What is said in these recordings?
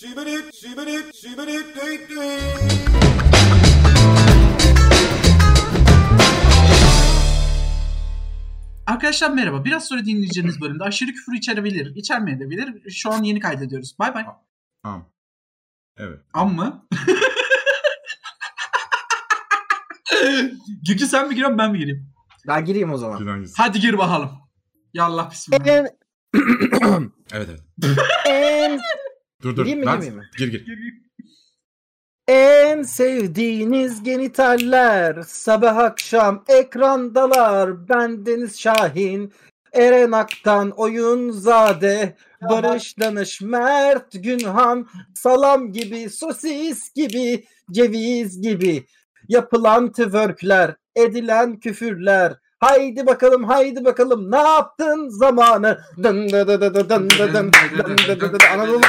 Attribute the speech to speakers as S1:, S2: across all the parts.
S1: Sübülüp, sübülüp, sübülüp, düt düt.
S2: Arkadaşlar merhaba. Biraz sonra dinleyeceğiniz bölümde aşırı küfür içerebilir, içermeyebilir. Şu an yeni kaydediyoruz. Bay bay.
S3: Tamam. Evet.
S2: Amma. Gülcü sen mi giriyorsun ben mi gireyim?
S4: Ben gireyim o zaman.
S3: Siz hangisi?
S2: Hadi gir bakalım. Yallah bismillah.
S4: En,
S3: Evet evet.
S4: en,
S3: Dur dur.
S4: Gireyim mi,
S3: ben...
S4: girmeyeyim mi?
S3: Gir gir.
S4: en sevdiğiniz genitaller sabah akşam ekrandalar. Ben Deniz Şahin. Eren Aktan, Oyun Zade, Barış Danış, Mert Günhan, Salam gibi, Sosis gibi, Ceviz gibi. Yapılan tüvörkler, edilen küfürler. Haydi bakalım, haydi bakalım. Ne yaptın zamanı? Dın dı dı dı dı dın dı dın, dın dı dı dı dı. Anadolu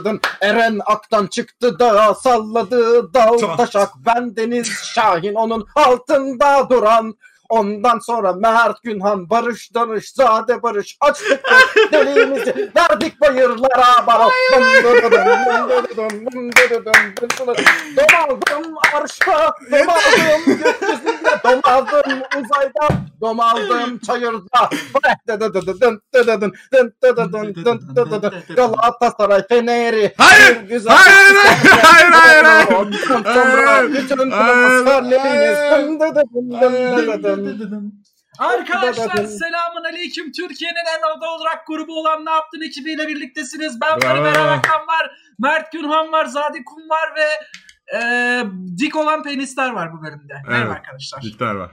S4: bak. Eren Ak'tan çıktı dağa salladı dal taşak ben Deniz Şahin onun altında duran Ondan sonra Mert Günhan, Barış Danış, Zade Barış açtık biz deliğimizi verdik bayırlara bal. Domaldım arşa, domaldım gökyüzünde, domaldım uzayda, domaldım çayırda. Galatasaray Feneri.
S3: Hayır!
S4: Güzel.
S3: Hayır hayır hayır hayır.
S4: Ondan sonra bütün transferleriniz.
S2: Arkadaşlar selamun aleyküm. Türkiye'nin en orada olarak grubu olan Ne Yaptın ekibiyle birliktesiniz. Ben Barı
S3: Bravo.
S2: Berabakan var. Mert Günhan var. Zadi Kum var ve e, dik olan penisler var bu bölümde. Merhaba
S3: Evet.
S2: arkadaşlar.
S3: Dikler var.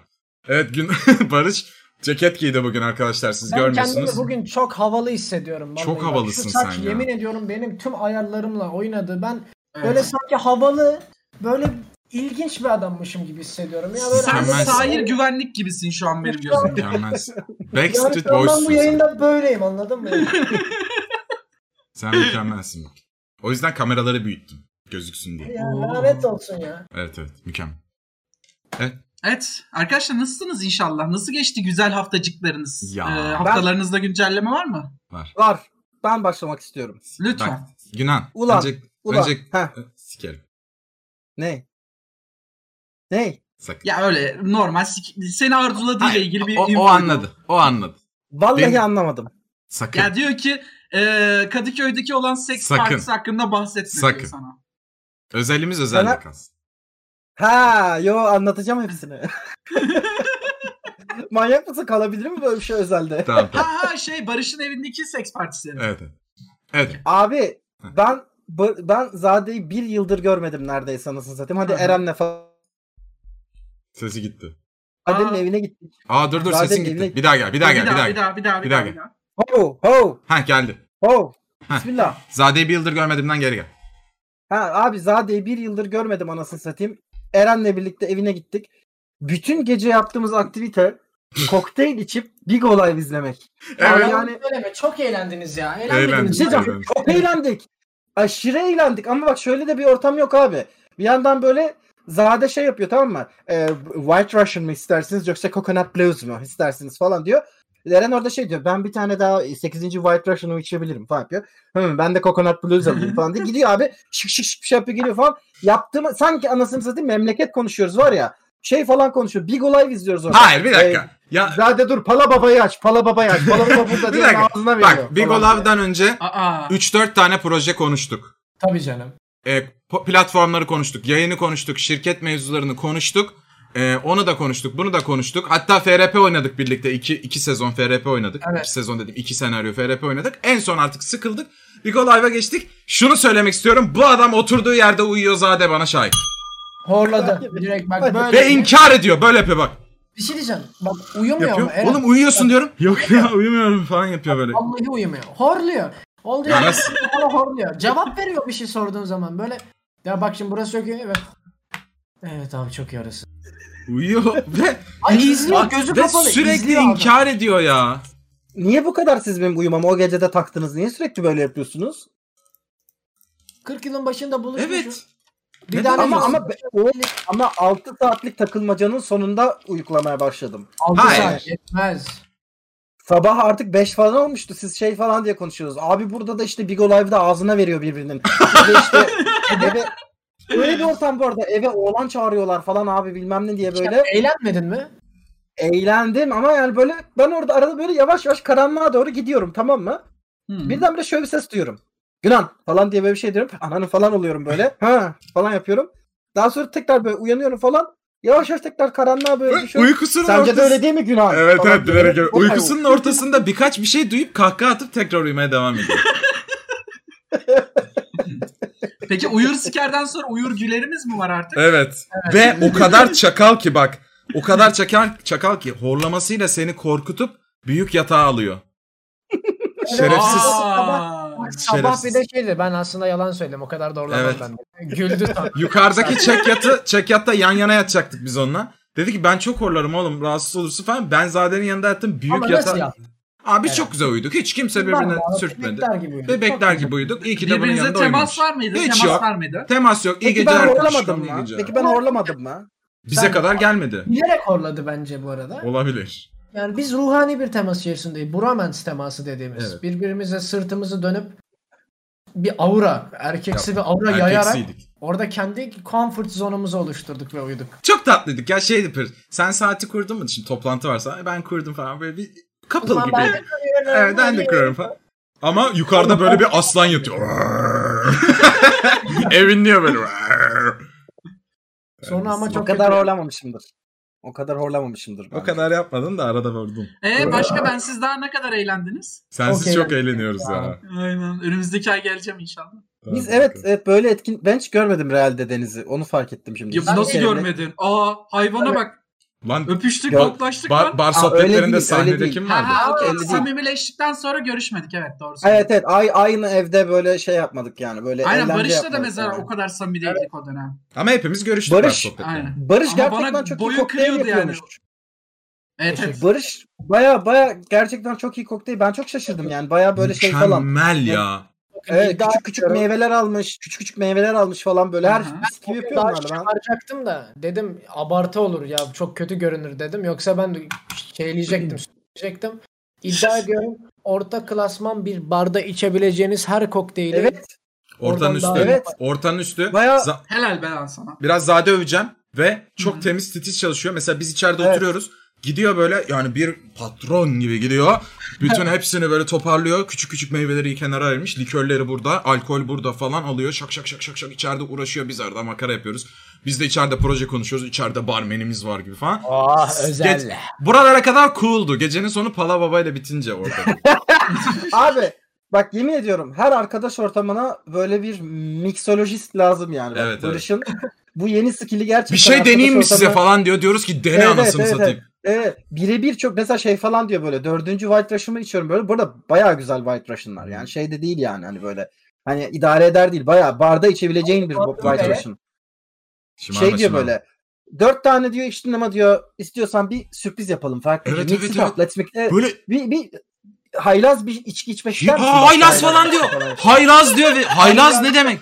S3: Evet gün Barış ceket giydi bugün arkadaşlar siz
S5: Ben
S3: görmüyorsunuz.
S5: kendimi bugün çok havalı hissediyorum. vallahi
S3: Çok
S5: bak.
S3: havalısın
S5: Şu saç,
S3: sen ya.
S5: Yemin ediyorum benim tüm ayarlarımla oynadı. Ben
S2: Evet.
S5: böyle sanki havalı, böyle ilginç bir adammışım gibi hissediyorum. Ya böyle hani
S2: Sen
S3: Mükemmelsin.
S2: sahir güvenlik gibisin şu an benim gözümde.
S3: Mükemmelsin.
S5: Yani
S3: Backstreet
S5: ben
S3: Boys'sun
S5: bu
S3: sen.
S5: yayında böyleyim anladın mı?
S3: Sen mükemmelsin bak. O yüzden kameraları büyüttüm. Gözüksün diye.
S5: Ya
S2: Oo.
S5: lanet olsun ya.
S3: Evet evet mükemmel.
S2: Evet arkadaşlar nasılsınız inşallah? Nasıl geçti güzel haftacıklarınız?
S3: Ya.
S2: Ee, haftalarınızda güncelleme var mı?
S3: Var.
S4: Var. Ben başlamak istiyorum.
S2: Lütfen.
S3: Günan.
S4: Ulan,
S3: Önce,
S4: Ulan.
S3: önce
S4: Heh,
S3: e, sikerim.
S4: ne? Ne?
S3: Sakın.
S2: Ya öyle normal sik- seni arzuladığıyla
S3: Hayır,
S2: ilgili bir
S3: o, o
S2: info.
S3: anladı. O anladı.
S4: Vallahi
S3: Benim-
S4: anlamadım.
S3: Sakın.
S2: Ya diyor ki e, Kadıköy'deki olan seks
S3: Sakın.
S2: partisi hakkında bahsetme
S3: Sakın.
S2: diyor sana.
S3: Özelimiz özel
S4: Sana-
S3: kalsın.
S4: Ha, yo anlatacağım hepsini. Manyak mısın? Kalabilir mi böyle bir şey özelde?
S3: Tamam tamam.
S2: Ha ha şey Barış'ın evindeki seks partisi.
S3: Evet. evet. Evet.
S4: Abi ben bu- ben Zade'yi bir yıldır görmedim neredeyse anasını satayım. Hadi
S2: Hı hı.
S4: Eren'le falan.
S3: Sesi gitti.
S4: Zade'nin
S2: Aa.
S4: evine gittik.
S3: Aa dur dur
S4: Zaten
S3: sesin gitti.
S4: evine-
S3: Bir daha gel, bir daha gel, bir daha
S2: bir
S3: gel.
S2: daha, bir daha,
S3: Bir
S2: bir
S3: daha
S2: daha, bir daha.
S4: Ho ho
S3: Ha geldi.
S4: ho.
S3: Heh.
S4: Bismillah.
S3: Zade'yi bir yıldır görmediğimden geri gel.
S4: Ha abi Zade'yi bir yıldır görmedim anasını satayım. Eren'le birlikte evine gittik. Bütün gece yaptığımız aktivite kokteyl içip Big Olay izlemek.
S3: Evet.
S4: Abi yani
S5: Yani... Söyleme, çok eğlendiniz ya.
S3: Eğlendik,
S5: Eğlenmediniz mi?
S4: Sıcak.
S3: eğlendik.
S4: Çok eğlendik. Aşırı eğlendik ama bak şöyle de bir ortam yok abi. Bir yandan böyle Zade şey yapıyor tamam mı? Ee, White Russian mı istersiniz yoksa Coconut Blues mu istersiniz falan diyor. Eren orada şey diyor ben bir tane daha 8. White Russian'ı içebilirim falan yapıyor. Hı, ben de Coconut Blues alayım falan diye gidiyor abi. Şık şık şık bir şey yapıyor geliyor falan. Yaptığımı sanki anasını satayım memleket konuşuyoruz var ya. Şey falan konuşuyor. Big Live izliyoruz orada.
S3: Hayır bir dakika.
S4: Ee,
S3: ya
S4: Zade dur pala babayı aç. Pala babayı aç. Pala baba burada
S3: Bir
S4: diye
S3: dakika.
S4: ağzına veriyor.
S3: bak Big
S4: falan diye.
S3: Olav'dan önce
S2: Aa.
S3: 3-4 tane proje konuştuk.
S5: Tabii canım.
S3: E, po- platformları konuştuk, yayını konuştuk, şirket mevzularını konuştuk. E, onu da konuştuk, bunu da konuştuk. Hatta FRP oynadık birlikte. 2 iki, iki sezon FRP oynadık.
S5: Evet.
S3: 2 sezon dedim. 2 senaryo FRP oynadık. En son artık sıkıldık. Big Olav'a geçtik. Şunu söylemek istiyorum. Bu adam oturduğu yerde uyuyor zade bana şahit.
S5: Horladı. Direkt bak böyle.
S3: Ve inkar ediyor. Böyle yapıyor bak.
S5: Bir şey diyeceğim. Bak uyumuyor
S3: Yapıyor.
S5: mu? Eren?
S3: Oğlum uyuyorsun diyorum. Yok ya uyumuyorum falan yapıyor böyle.
S5: Vallahi uyumuyor. Horluyor. Oldu ya.
S3: Ya nasıl?
S5: Bana horluyor. Cevap veriyor bir şey sorduğun zaman. Böyle ya bak şimdi burası yok. Evet. Evet abi çok yarısı.
S3: Uyuyor ve,
S5: Ay izliyor. Gözü
S3: ve
S5: kapalı.
S3: sürekli
S5: izliyor adam.
S3: inkar ediyor ya.
S4: Niye bu kadar siz benim uyumamı o gecede taktınız? Niye sürekli böyle yapıyorsunuz?
S5: 40 yılın başında buluşmuşuz.
S3: Evet.
S5: Bir
S3: Neden
S5: tane
S4: Ama
S3: Hayır.
S4: ama be- o- ama 6 saatlik takılmacanın sonunda uyuklamaya başladım.
S5: Altı
S3: Hayır.
S5: saat yetmez.
S4: Sabah artık 5 falan olmuştu. Siz şey falan diye konuşuyoruz. Abi burada da işte Big Live'da ağzına veriyor birbirinin. Bir de işte eve Öyle bir ortam bu arada. Eve oğlan çağırıyorlar falan abi bilmem ne diye böyle.
S5: Eğlenmedin mi?
S4: Eğlendim ama yani böyle ben orada arada böyle yavaş yavaş karanlığa doğru gidiyorum tamam mı?
S2: Hmm.
S4: Birdenbire şöyle bir ses duyuyorum. Günan falan diye böyle bir şey diyorum. Ananı falan oluyorum böyle. Ha falan yapıyorum. Daha sonra tekrar böyle uyanıyorum falan. Yavaş yavaş tekrar karanlığa böyle düşüyorum.
S3: Uykusunun
S4: şey Sence de
S3: ortasında.
S4: öyle değil mi Günan?
S3: Evet
S4: Falan
S3: evet
S4: diyorum.
S3: bilerek öyle.
S4: Vay,
S3: Uykusunun ortasında birkaç bir şey duyup kahkaha atıp tekrar uyumaya devam ediyor.
S2: Peki uyur sikerden sonra uyur gülerimiz mi var artık?
S3: Evet. Ve o kadar çakal ki bak. O kadar çakal, çakal ki horlamasıyla seni korkutup büyük yatağa alıyor. Şerefsiz.
S2: Aa,
S5: Sabah bir de
S3: Şerefsiz.
S5: şeydi. Ben aslında yalan söyledim. O kadar doğrulamam
S3: Evet.
S5: ben. de. Güldü tam.
S3: Yukarıdaki çek yatı, çek yatta yan yana yatacaktık biz onunla. Dedi ki ben çok horlarım oğlum rahatsız olursun falan. Ben Zade'nin yanında yattım büyük
S5: Ama nasıl
S3: yatağa.
S5: ya?
S3: Abi biz çok güzel uyuduk. Hiç kimse birbirine
S5: Vallahi
S3: sürtmedi.
S5: Bebekler gibi.
S3: Bebekler gibi uyuduk. İyi ki de bunun
S2: Birbirinize
S3: yanında
S2: temas
S3: uyumuş.
S2: var mıydı?
S3: Hiç
S2: temas
S3: yok.
S2: var mıydı?
S3: Temas yok. İyi
S4: Peki
S3: geceler
S4: ben
S3: kardeşim.
S4: horlamadım
S3: iyi
S4: mı?
S3: geceler.
S4: Peki ben horlamadım mı?
S3: Bize
S5: Ben-
S3: kadar gelmedi.
S5: Bilerek horladı bence bu arada.
S3: Olabilir.
S5: Yani biz ruhani bir temas içerisindeyiz. Bromance teması dediğimiz.
S3: Evet.
S5: Birbirimize sırtımızı dönüp bir aura, erkeksi bir aura yayarak
S3: Erkeksiydik.
S5: orada kendi comfort zonumuzu oluşturduk ve uyuduk.
S3: Çok tatlıydık ya şeydi pır. Sen saati kurdun mu? Şimdi toplantı varsa "Ay, ben kurdum falan böyle bir
S5: O
S3: couple
S5: zaman
S3: gibi.
S5: ben de kırıyorum,
S3: Evet ben de
S5: hadi.
S3: kurarım falan. Ama yukarıda böyle bir aslan yatıyor. Evinliyor böyle.
S5: Sonra ama
S4: O
S5: çok
S4: kadar
S5: kötü-
S4: horlamamışımdır. O kadar horlamamışımdır.
S3: o
S4: ben.
S3: kadar yapmadın da arada vurdun.
S2: Ee, başka ben siz daha ne kadar eğlendiniz?
S3: Sensiz
S5: Okey.
S3: çok eğleniyoruz ya.
S2: Aynen. Önümüzdeki ay geleceğim inşallah.
S4: Biz evet, evet böyle etkin ben hiç görmedim realde Deniz'i. Onu fark ettim şimdi.
S2: Ya
S4: Biz
S2: nasıl
S4: seninle-
S2: görmedin? Aa hayvana
S5: Evet.
S2: bak.
S3: Lan
S2: Öpüştük,
S4: Ya,
S2: koklaştık
S3: bar,
S2: lan.
S3: bar
S4: Aa, öyle değil,
S3: sohbetlerinde
S4: öyle
S3: sahnede
S4: değil.
S3: kim
S2: Ha
S3: vardı?
S2: ha
S4: Vardı.
S2: okey.
S4: Öyle değil.
S2: Samimileştikten sonra görüşmedik evet doğru. söylüyorsun.
S4: Evet evet ay, aynı evde böyle şey yapmadık yani böyle
S2: Aynen
S4: eğlence
S2: Barış'la da
S4: yapmadık
S2: mesela
S4: yani.
S2: o kadar samimi değildik o dönem.
S3: Ama hepimiz görüştük
S4: Barış-
S3: bar sohbetlerinde.
S2: Aynen.
S4: Barış
S2: Ama bana
S4: gerçekten çok
S2: boyu
S4: iyi kokteyl
S2: kırıyordu yani.
S4: yapıyormuş.
S2: Evet evet.
S4: Barış baya baya gerçekten çok iyi kokteyl. Ben çok şaşırdım yani baya böyle şey falan.
S3: Mükemmel ya.
S4: Evet, küçük küçük
S5: yapıyorum.
S4: meyveler almış, küçük küçük meyveler almış falan böyle
S2: Aha.
S4: her mis gibi
S5: Daha
S4: yapıyorlar ben.
S5: çıkaracaktım da dedim abartı olur ya çok kötü görünür dedim. Yoksa ben de şeyleyecektim, söyleyecektim. İddia ediyorum orta klasman bir barda içebileceğiniz her kokteyli
S4: Evet,
S3: Ortanın
S5: Oradan
S3: üstü.
S5: daha-
S4: Evet.
S3: Ortanın üstü.
S4: Bayağı-
S3: Za-
S2: Helal be lan sana.
S3: biraz zade öveceğim ve çok
S2: Hı.
S3: temiz titiz çalışıyor. Mesela biz içeride
S4: Evet.
S3: oturuyoruz. Gidiyor böyle yani bir patron gibi gidiyor. Bütün hepsini böyle toparlıyor. Küçük küçük meyveleri kenara ayırmış. Likörleri burada, alkol burada falan alıyor. Şak şak şak şak şak içeride uğraşıyor. Biz arada makara yapıyoruz. Biz de içeride proje konuşuyoruz. İçeride barmenimiz var gibi falan.
S5: Aa
S3: özel. Buralara kadar cool'du. Gecenin sonu Pala Baba ile bitince orada.
S4: abi bak yemin ediyorum her arkadaş ortamına böyle bir miksolojist lazım yani. Bak,
S3: Evet, evet.
S4: Barış'ın bu yeni skill'i gerçekten
S3: bir şey
S4: arkadaş
S3: deneyeyim mi size
S4: ortamına-
S3: falan diyor. Diyoruz ki dene
S4: Evet, evet,
S3: anasını
S4: evet,
S3: satayım.
S4: Evet. Birebir çok mesela şey falan diyor böyle. Dördüncü White Russian'ımı içiyorum böyle. Burada bayağı güzel White Russian'lar. Yani şey de değil yani hani böyle. Hani idare eder değil. Bayağı barda içebileceğin bir
S5: Barda
S4: White
S3: evet.
S4: Russian.
S3: Şımarma,
S4: şey diyor
S3: şımarma.
S4: böyle. Dört tane diyor içtin ama diyor istiyorsan bir sürpriz yapalım farklı.
S3: Evet,
S4: bir mix
S3: evet,
S4: it
S3: evet.
S4: up, let's make- evet,
S3: Böyle
S4: bir, bir haylaz bir içki içmek ister
S3: Ya,
S4: misin?
S3: aa,
S4: Başka
S3: haylaz falan diyor. Haylaz diyor. ve- Haylaz ne demek?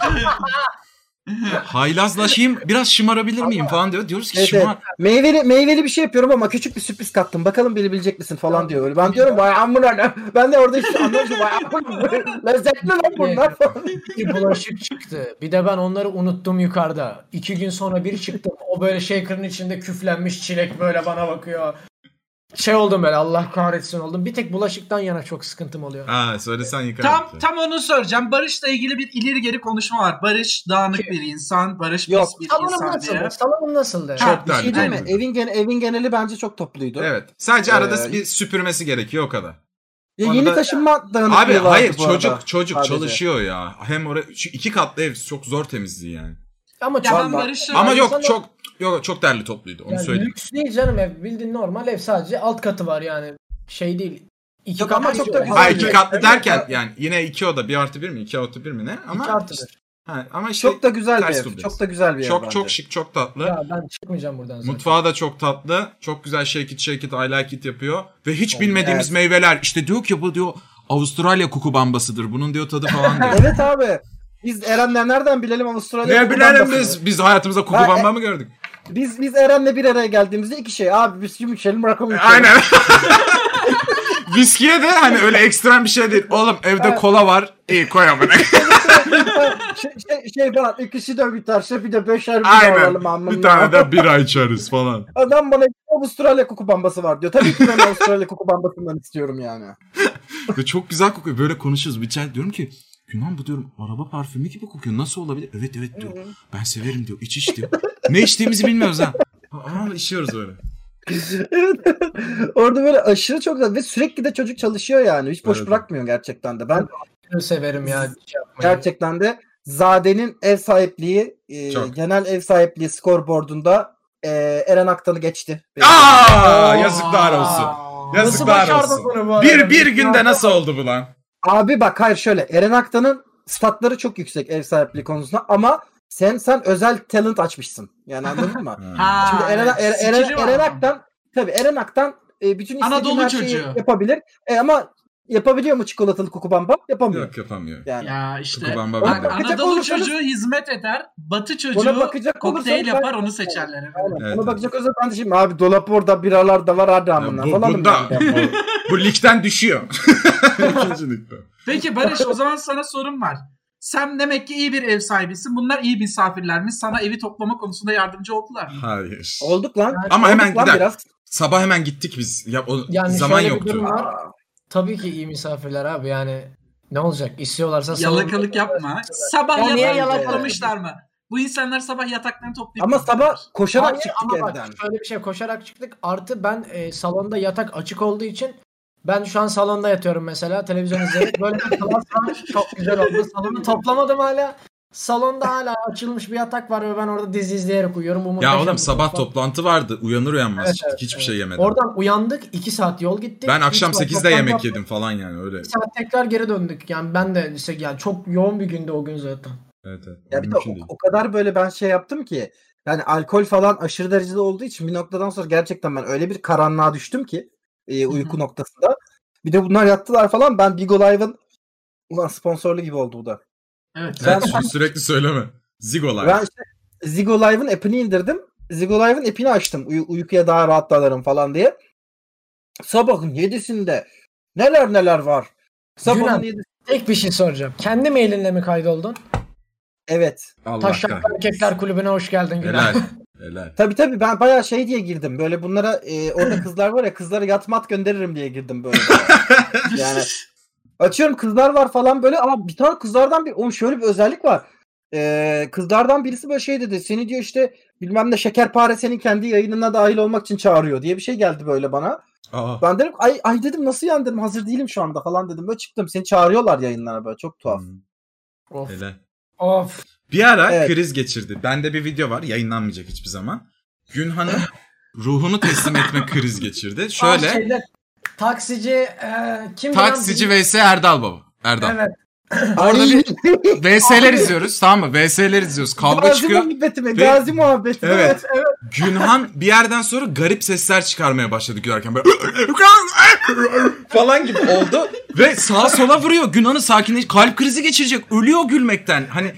S3: Haylazlaşayım biraz şımarabilir miyim falan diyor. Diyoruz ki
S4: Evet,
S3: şımar.
S4: evet. Meyveli, meyveli bir şey yapıyorum ama küçük bir sürpriz kattım. Bakalım bilebilecek misin falan diyor. Böyle. Ben diyorum vay amına. ne-" Ben de orada işte anlamışım vay amına. Lezzetli lan bunlar falan.
S5: bir bulaşık çıktı. Bir de ben onları unuttum yukarıda. İki gün sonra bir çıktım. O böyle shaker'ın içinde küflenmiş çilek böyle bana bakıyor. Şey oldum böyle Allah kahretsin oldum. Bir tek bulaşıktan yana çok sıkıntım oluyor.
S3: Ha söylesen yıkar.
S2: Tam tam onu soracağım. Barış'la ilgili bir ileri geri konuşma var. Barış dağınık bir insan, Barış
S4: Yok.
S2: pis bir
S5: Salonum
S2: insan diye.
S5: nasıldı? Salonum nasıldı?
S2: Ha,
S3: Çok
S4: Bir şey değil mi?
S3: derdi.
S4: Evin, gene, evin geneli bence çok topluydu.
S3: Evet. Sadece arada
S4: Ee,
S3: bir süpürmesi gerekiyor o kadar.
S4: Ya
S3: Onu
S4: yeni
S3: da-
S4: taşınma dağınıklığı
S3: Abi
S4: vardı
S3: hayır
S4: bu arada
S3: çocuk çocuk
S4: sadece.
S3: çalışıyor ya. Hem oraya şu iki katlı ev çok zor temizliği yani.
S5: Ama
S2: Ya
S5: çok
S2: ben
S4: Vallahi.
S2: Barış'ı
S3: Ama
S5: sana-
S3: yok çok yok çok derli topluydu onu
S5: yani
S3: söyleyeyim.
S5: lüks değil canım ev. Bildiğin normal ev sadece alt katı var yani. Şey değil. İki
S4: Yok ama
S5: katlı
S4: çok
S5: bir
S4: da
S5: ev.
S4: güzel
S3: Ha
S4: Hayır,
S3: iki
S4: evet.
S3: katlı
S4: Evet,
S3: derken
S4: evet.
S3: yani yine iki oda bir artı bir mi iki artı bir mi ne? Ama
S5: İki artı bir.
S3: Ha, ama işte
S4: Çok da güzel bir
S3: Ters
S4: ev.
S3: dubleks.
S4: Çok da güzel bir ev.
S3: çok
S4: bence.
S3: çok şık çok tatlı.
S5: Ya ben çıkmayacağım buradan zaten.
S3: Mutfağı da çok tatlı. Çok güzel shake it shake it I like it yapıyor. Ve hiç bilmediğimiz
S4: Evet.
S3: meyveler. İşte diyor ki bu diyor Avustralya kuku bambasıdır. Bunun diyor tadı falan diyor.
S4: Evet abi. Biz Eren'le nereden bilelim Avustralya'da?
S3: ne bilelim biz. Biz hayatımızda kuku
S4: Ha, e-
S3: bamba mı gördük?
S4: Biz biz Eren'le bir araya geldiğimizde iki şey. Abi bisküvi içelim rakı mı içelim?
S3: Aynen. Viskiye de hani öyle ekstrem bir şey değil. Oğlum evde kola var. İyi koy amına.
S4: şey, şey, şey falan ikisi de biterse bir de beşer bir alalım
S3: Aynen.
S4: amına.
S3: Bir tane de bira içeriz falan.
S4: Adam bana Avustralya koku bambası var diyor. Tabii ki ben Avustralya koku bambasından istiyorum yani.
S3: Ve çok güzel kokuyor. Böyle konuşuyoruz. Bir çay diyorum ki Günan bu diyorum araba parfümü gibi kokuyor. Nasıl olabilir? Evet evet diyor. Ben severim diyor. İç iç diyor. ne içtiğimizi bilmiyoruz ha. Ama içiyoruz böyle.
S4: Orada böyle aşırı çok ve sürekli de çocuk çalışıyor yani. Hiç boş
S3: Evet.
S4: bırakmıyor gerçekten de. Ben
S5: severim ya. şey hiç yapmayı.
S4: gerçekten de Zade'nin ev sahipliği, e,
S3: Çok.
S4: genel ev sahipliği skorboardunda e, Eren Aktan'ı geçti.
S3: Aa, yazıklar olsun.
S5: Aa, Nasıl
S3: Yazıklar
S5: başardın
S3: olsun.
S5: bunu bu arada?
S3: Bir bir günde nasıl oldu bu lan?
S4: Abi bak hayır şöyle Eren Aktan'ın statları çok yüksek ev sahipliği konusunda ama sen sen özel talent açmışsın. Yani anladın mı?
S2: Ha,
S4: Şimdi Eren, Er-
S2: evet,
S4: Eren,
S2: sikili var
S4: Eren
S2: ama.
S4: Aktan tabii Eren Aktan e, bütün istediğin
S2: Anadolu
S4: her şeyi
S2: çocuğu.
S4: yapabilir. E, ama yapabiliyor mu çikolatalı koku bamba? Yapamıyor.
S3: Yok yapamıyor.
S4: Yani.
S2: Ya işte
S3: Kubamba
S2: bak,
S3: bende.
S4: Bakacak
S2: Anadolu
S4: olursanız-
S2: çocuğu hizmet eder, Batı
S4: Ona
S2: çocuğu
S4: bakacak
S2: kokteyl
S4: olursanız ben-
S2: yapar onu seçerler. evet.
S4: Aynen.
S3: Evet,
S4: Ona
S3: evet.
S4: bakacak olursak ben de şimdi abi dolap orada biralar da var hadi amına
S3: bu,
S4: falan.
S3: bunda,
S4: dedim ben.
S3: bu, bu ligden düşüyor. İkinci ligden.
S2: Peki Barış o zaman sana sorum var. Sen demek ki iyi bir ev sahibisin. Bunlar iyi misafirlermiş. Sana evi toplama konusunda yardımcı oldular mı?
S3: Hayır.
S4: Olduk lan.
S3: Ama
S4: olduk
S3: hemen
S4: lan
S3: gider.
S4: biraz.
S3: Sabah hemen gittik biz. Ya, o
S5: Yani
S3: zaman
S5: şöyle bir
S3: yoktu.
S5: durum var. Tabii ki iyi misafirler abi yani. Ne olacak? İstiyorlarsa salonda-
S2: Yalakalık yapma. Sabah
S5: Ya niye
S2: yatağı
S5: yalakalık?
S2: toplamışlar mı? Bu insanlar sabah yataklarını toplayıp...
S4: Ama sabah koşarak
S5: Hayır,
S4: çıktık
S5: ama bak
S4: evden.
S5: şöyle bir şey koşarak çıktık. Artı ben e, salonda yatak açık olduğu için ben şu an salonda yatıyorum mesela televizyon izleyerek. Böyle bir klas var. Çok güzel oldu. Salonu toplamadım hala. Salonda hala açılmış bir yatak var ve ben orada dizi izleyerek uyuyorum. Bu
S3: Ya
S5: muhteşem
S3: oğlum
S5: bir
S3: sabah
S5: şey.
S3: toplantı vardı. Uyanır uyanmaz
S5: Evet,
S3: çıktık.
S5: evet,
S3: Hiçbir
S5: evet.
S3: şey yemedim.
S5: Oradan uyandık. 2 saat yol gittik.
S3: ben
S5: Bir
S3: akşam
S5: saat
S3: 8'de
S5: toplantı
S3: yemek
S5: yaptık,
S3: yedim falan yani öyle.
S5: bir saat tekrar geri döndük. Yani ben de işte yani çok yoğun bir günde o gün zaten.
S3: Evet, evet.
S4: Ya bir de
S3: Mümkün
S4: o,
S3: değil.
S4: o kadar böyle ben şey yaptım ki yani alkol falan aşırı derecede olduğu için bir noktadan sonra gerçekten ben öyle bir karanlığa düştüm ki e, uyku noktasında. Bir de bunlar yattılar falan ben Big Olive'ın ulan sponsorlu gibi oldu bu da.
S2: Evet.
S3: Evet, şunu sürekli söyleme. Zigolar.
S4: Ben işte Zigo Live'ın app'ini indirdim. Zigo Live'ın app'ini açtım uy- uykuya daha rahat dalarım falan diye. Sabahın yedisinde neler neler var. Sabahın
S5: Gülen.
S4: yedisinde
S5: Tek bir şey soracağım. Kendi mailinle mi kaydoldun?
S4: evet.
S3: Allah
S5: Taşak
S3: kahretsin.
S5: Erkekler Kulübü'ne hoş geldin Gülen.
S3: Helal. Helal.
S4: Tabii tabii ben bayağı şey diye girdim. Böyle bunlara e, orada kızlar var ya kızlara yatmat gönderirim diye girdim böyle. yani açıyorum kızlar var falan böyle ama bir tane kızlardan bir oğlum şöyle bir özellik var. Ee, kızlardan birisi böyle şey dedi. Seni diyor işte bilmem ne şekerpare senin kendi yayınına dahil olmak için çağırıyor diye bir şey geldi böyle bana.
S3: Aa.
S4: Ben dedim ay ay dedim nasıl yani dedim hazır değilim şu anda falan dedim. Böyle çıktım seni çağırıyorlar yayınlara böyle çok tuhaf.
S3: Hmm,
S5: Of.
S3: Helal.
S5: Of.
S3: Bir ara
S4: Evet.
S3: kriz geçirdi. Bende bir video var. Yayınlanmayacak hiçbir zaman. Günhan'ın ruhunu teslim etme kriz geçirdi.
S5: Ah,
S3: Şöyle
S5: şeyde, taksici e, kim
S3: taksici
S5: bilen-
S3: vs Erdal baba. Erdal.
S5: Evet.
S3: Hmm. Orada
S4: Ay,
S3: bir VS'ler izliyoruz tamam mı? VS'ler izliyoruz. Kavga
S4: Gazi
S3: çıkıyor.
S4: muhabbeti mi?
S3: Ve-
S4: Gazi muhabbeti mi?
S3: Evet. Günhan bir yerden sonra garip sesler çıkarmaya başladı gülerken böyle "Ee, falan gibi oldu ve sağa sola vuruyor. Günhan'ı sakinleş kalp krizi geçirecek. Ölüyor gülmekten. Hani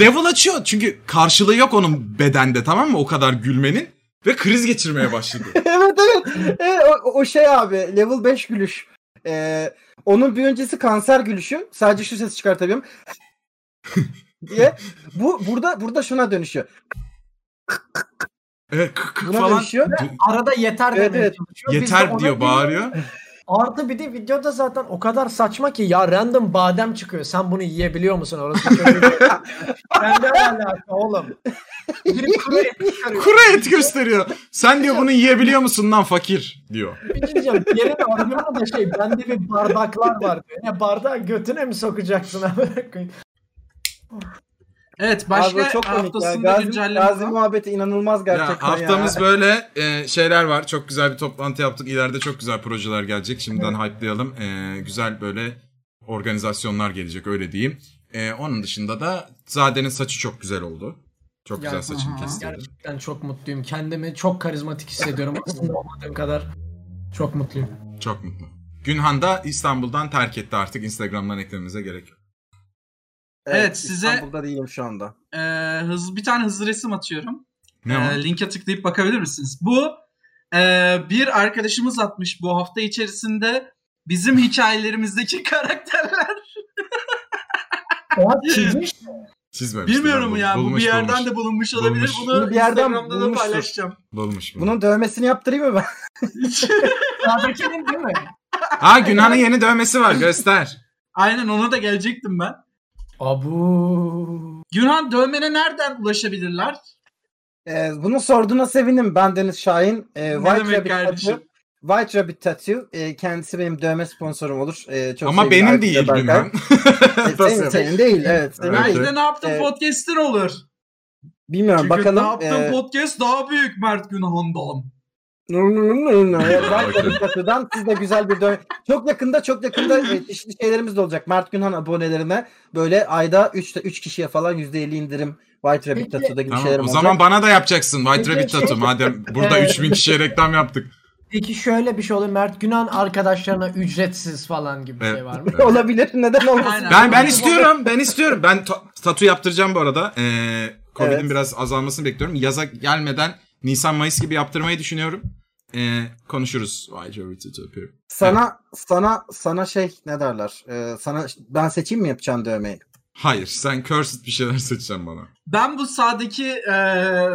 S3: level açıyor çünkü karşılığı yok onun bedende tamam mı? O kadar gülmenin ve kriz geçirmeye başladı.
S4: evet evet. Evet, o, o şey abi level 5 gülüş. Ee, onun bir öncesi kanser gülüşü. Sadece şu sesi çıkartabiliyorum. diye. Bu burada burada şuna dönüşüyor.
S3: Evet, kık kık
S4: Buna
S3: falan.
S4: dönüşüyor.
S3: Du-
S5: Arada yeter
S4: Evet,
S5: demeye
S4: evet.
S5: çalışıyor. Biz de
S3: Yeter diyor
S5: ona gülüyoruz.
S3: bağırıyor.
S5: Artı bir de videoda zaten o kadar saçma ki ya random badem çıkıyor. Sen bunu yiyebiliyor musun? Orası çok Bende alaka oğlum. Bir kuru et çıkarıyor.
S3: Kuru et gösteriyor. Sen diyor bunu yiyebiliyor musun lan fakir diyor.
S5: Bir şey diyeceğim. Yerin argümanı da şey bende bir bardaklar var diyor. Ya bardağı götüne mi sokacaksın? amına koyayım?
S2: Evet
S4: Abi
S2: başka
S4: o çok komik ya.
S2: haftasında
S4: Gazi,
S2: güncelleme
S4: Gazi
S2: var.
S4: muhabbeti inanılmaz gerçekten ya.
S3: ya haftamız böyle e, şeyler var. Çok güzel bir toplantı yaptık. İleride çok güzel projeler gelecek. Şimdiden hype'layalım. E, güzel böyle organizasyonlar gelecek öyle diyeyim. E, onun dışında da Zade'nin saçı çok güzel oldu. Çok
S5: Ya,
S3: güzel saçını
S2: aha.
S3: kestirdi.
S5: Gerçekten çok mutluyum. Kendimi çok karizmatik hissediyorum. Aslında olmadığım kadar çok mutluyum.
S3: Çok mutlu. Günhan da İstanbul'dan terk etti artık. Instagram'dan eklememize gerek yok.
S2: Evet, size-
S4: İstanbul'da değilim şu anda.
S2: Ee, hız, bir tane hızlı resim atıyorum.
S3: Ne o?
S2: Ee, linke tıklayıp bakabilir misiniz? Bu e, bir arkadaşımız atmış bu hafta içerisinde Bizim hikayelerimizdeki karakterler.
S5: Oha çizmiş.
S3: Çizmemiş.
S2: Bilmiyorum ya bu bir yerden de bulunmuş olabilir.
S3: bulmuş.
S2: Bunu,
S4: Bunu bir yerden
S2: Instagram'da da
S4: bulmuştur.
S2: paylaşacağım.
S3: bulmuş. Bunu...
S4: Bunun dövmesini yaptırayım mı ben?
S5: Sağdakinin değil mi?
S3: Aa Günhan'ın yeni dövmesi var göster.
S2: Aynen ona da gelecektim ben.
S5: Abu.
S2: Yunan dövmene nereden ulaşabilirler?
S4: Ee, bunu sorduğuna sevindim. Ben Deniz Şahin. Ee,
S2: Ne
S4: White
S2: demek
S4: Rabbit
S2: kardeşim?
S4: Tattoo. White Rabbit Tattoo. Ee, kendisi benim dövme sponsorum olur. Ee, çok
S3: Ama
S4: sevgili
S3: benim
S4: Aykut
S3: değil
S4: Berkay.
S3: Günhan.
S4: Ee, senin, senin değil. Evet. senin
S3: Evet,
S2: Belki
S4: değil.
S3: evet.
S2: de ne yaptın
S4: Ee,
S2: podcast'in olur.
S4: Bilmiyorum
S2: Çünkü ne
S4: bakalım.
S2: yaptın
S4: ee,
S2: podcast daha büyük Mert Günhan'dan.
S4: Ee, White
S3: Bakın.
S4: Rabbit Tattoo'dan siz de güzel bir dövme. Çok yakında çok yakında e, çeşitli şeylerimiz de olacak. Mert Günhan abonelerine böyle ayda 3 üç kişiye falan %50 indirim White Rabbit
S5: Peki.
S4: Tattoo'da gibi
S3: Tamam,
S4: şeyler
S3: o
S4: olacak.
S3: zaman bana da yapacaksın White
S5: Peki,
S3: Rabbit Tattoo.
S5: şey-
S3: Madem burada
S5: Evet.
S3: 3000 kişiye reklam yaptık.
S5: Peki şöyle bir şey olur. Mert Günan arkadaşlarına ücretsiz falan gibi bir şey var mı?
S3: Evet.
S4: Olabilir. Neden olmasın?
S2: Aynen.
S3: Ben ben istiyorum. Ben istiyorum. Ben ta- tatu yaptıracağım bu arada. Ee, Covid'in
S4: Evet.
S3: biraz azalmasını bekliyorum. Yaza gelmeden Nisan Mayıs gibi yaptırmayı düşünüyorum. Ee, konuşuruz. White Rabbit Tattoo yapıyorum.
S4: Sana sana sana şey ne derler? Ee, sana ben seçeyim mi yapacağın dövmeyi?
S3: Hayır, sen cursed bir şeyler seçeceksin bana.
S2: Ben bu sağdaki e,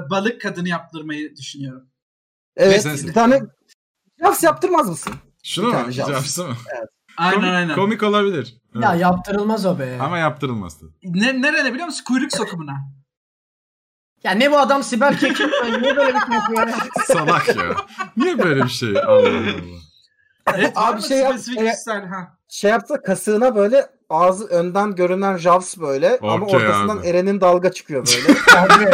S2: balık kadını yaptırmayı düşünüyorum.
S4: Evet.
S3: Neyse, neyse.
S4: Bir tane Jaws yaptırmaz mısın?
S3: Şunu
S4: Bir
S3: mu?
S4: tane Jaws.
S3: Cevapsı mı?
S2: Aynen
S3: komik,
S2: aynen.
S3: komik olabilir. Evet.
S5: Ya yaptırılmaz o be.
S3: Ama yaptırılmaz. tabii.
S2: Ne, nerede biliyor musun? Kuyruk sokumuna.
S5: Ya ne bu adam Sibel Kekin? Ay, Niye böyle bir şey yapıyor? ya?
S3: Salak ya. Niye böyle bir şey? Allah Allah.
S2: Evet,
S4: Abi
S2: Abi
S4: şey
S2: şey
S4: yap-
S2: spesifik
S4: e-
S2: kişisel, ha.
S4: Şey yapsa kasığına böyle ağzı önden görünen Jaws böyle ama
S3: Okey
S4: ortasından
S3: abi.
S4: Eren'in dalga çıkıyor böyle.
S5: Abi.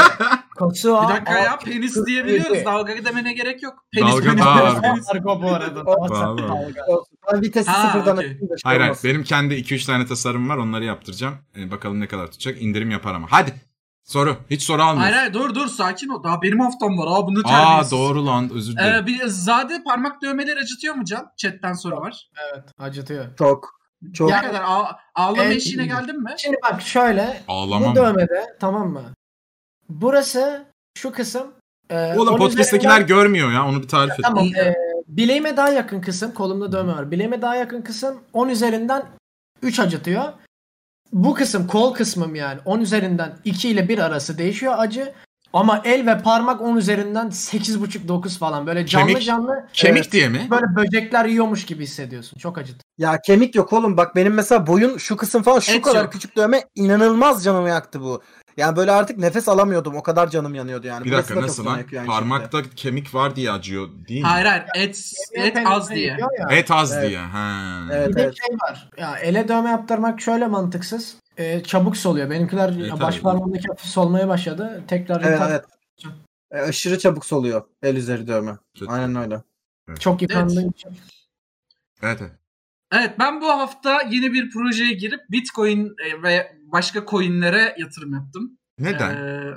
S5: Kası
S2: Bir dakika ya penis
S4: e,
S2: diyebiliyoruz. Dalga demene gerek yok. Penis,
S3: Dalga
S2: penis,
S3: daha
S2: penis,
S3: ağır.
S2: penis.
S5: Argo bu arada.
S3: Vallahi.
S5: Dalga.
S4: ben vitesi
S2: Ha,
S4: sıfırdan
S2: okey.
S4: atayım da şey
S3: Hayır hayır.
S4: olmasın.
S3: Benim kendi 2-3 tane tasarımım var. Onları yaptıracağım. Ee, bakalım ne kadar tutacak. İndirim yapar ama. Hadi. Soru. Hiç soru almıyorsun.
S2: Hayır hayır dur dur sakin ol. Daha benim haftam var. Aa bunu
S3: Aa
S2: terbiyesiz.
S3: doğru lan özür dilerim.
S2: Ee, bir zade parmak dövmeleri acıtıyor mu Can? Chatten soru var.
S5: Evet acıtıyor.
S4: Çok çok
S2: Ne kadar ağ- ağlama
S5: Evet.
S2: eşiğine geldin mi?
S5: Şimdi bak şöyle.
S3: Ağlamam.
S5: Bu dövmede tamam mı? Burası şu kısım. E,
S3: Oğlum
S5: onun
S3: podcast'tekiler
S5: üzerinden-
S3: görmüyor ya onu bir tarif et.
S5: Tamam. e, bileğime daha yakın kısım. Kolumda dövme var. Bileğime daha yakın kısım 10 üzerinden 3 acıtıyor. Bu kısım kol kısmım yani 10 üzerinden 2 ile 1 arası değişiyor acı. Ama el ve parmak 10 üzerinden 8,5-9 falan böyle canlı
S3: Kemik-
S5: canlı
S3: Kemik diye mi?
S5: e, böyle böcekler yiyormuş gibi hissediyorsun. Çok acıtı.
S4: ya kemik yok oğlum bak benim mesela boyun şu kısım falan şu
S2: Et
S4: kadar
S2: yok.
S4: küçük dövme inanılmaz canımı yaktı bu. Yani böyle artık nefes alamıyordum o kadar canım yanıyordu yani.
S3: Bir
S4: Burası
S3: dakika
S4: da çok
S3: nasıl
S4: can
S3: lan?
S4: yakıyor aynı şekilde.
S3: Parmakta kemik var diye acıyor değil mi?
S2: Hayır hayır et, et az diye.
S5: Yiyor ya.
S3: Et az
S4: Evet.
S3: diye. Ha.
S4: Evet.
S5: Bir de şey var. Ya ele dövme yaptırmak şöyle mantıksız. Ee, çabuk soluyor. Benimkiler
S3: tabii.
S5: ya, baş parmağımdaki hafif solmaya başladı. Tekrar
S4: Evet
S5: yıkan-
S4: evet. E, aşırı çabuk soluyor el üzeri dövme.
S3: Kötü.
S4: Aynen öyle.
S5: çok yıkandığım için.
S3: Evet, evet.
S2: Evet ben bu hafta yeni bir projeye girip bitcoin e, ve başka coinlere yatırım yaptım.
S3: Neden?
S2: Ee,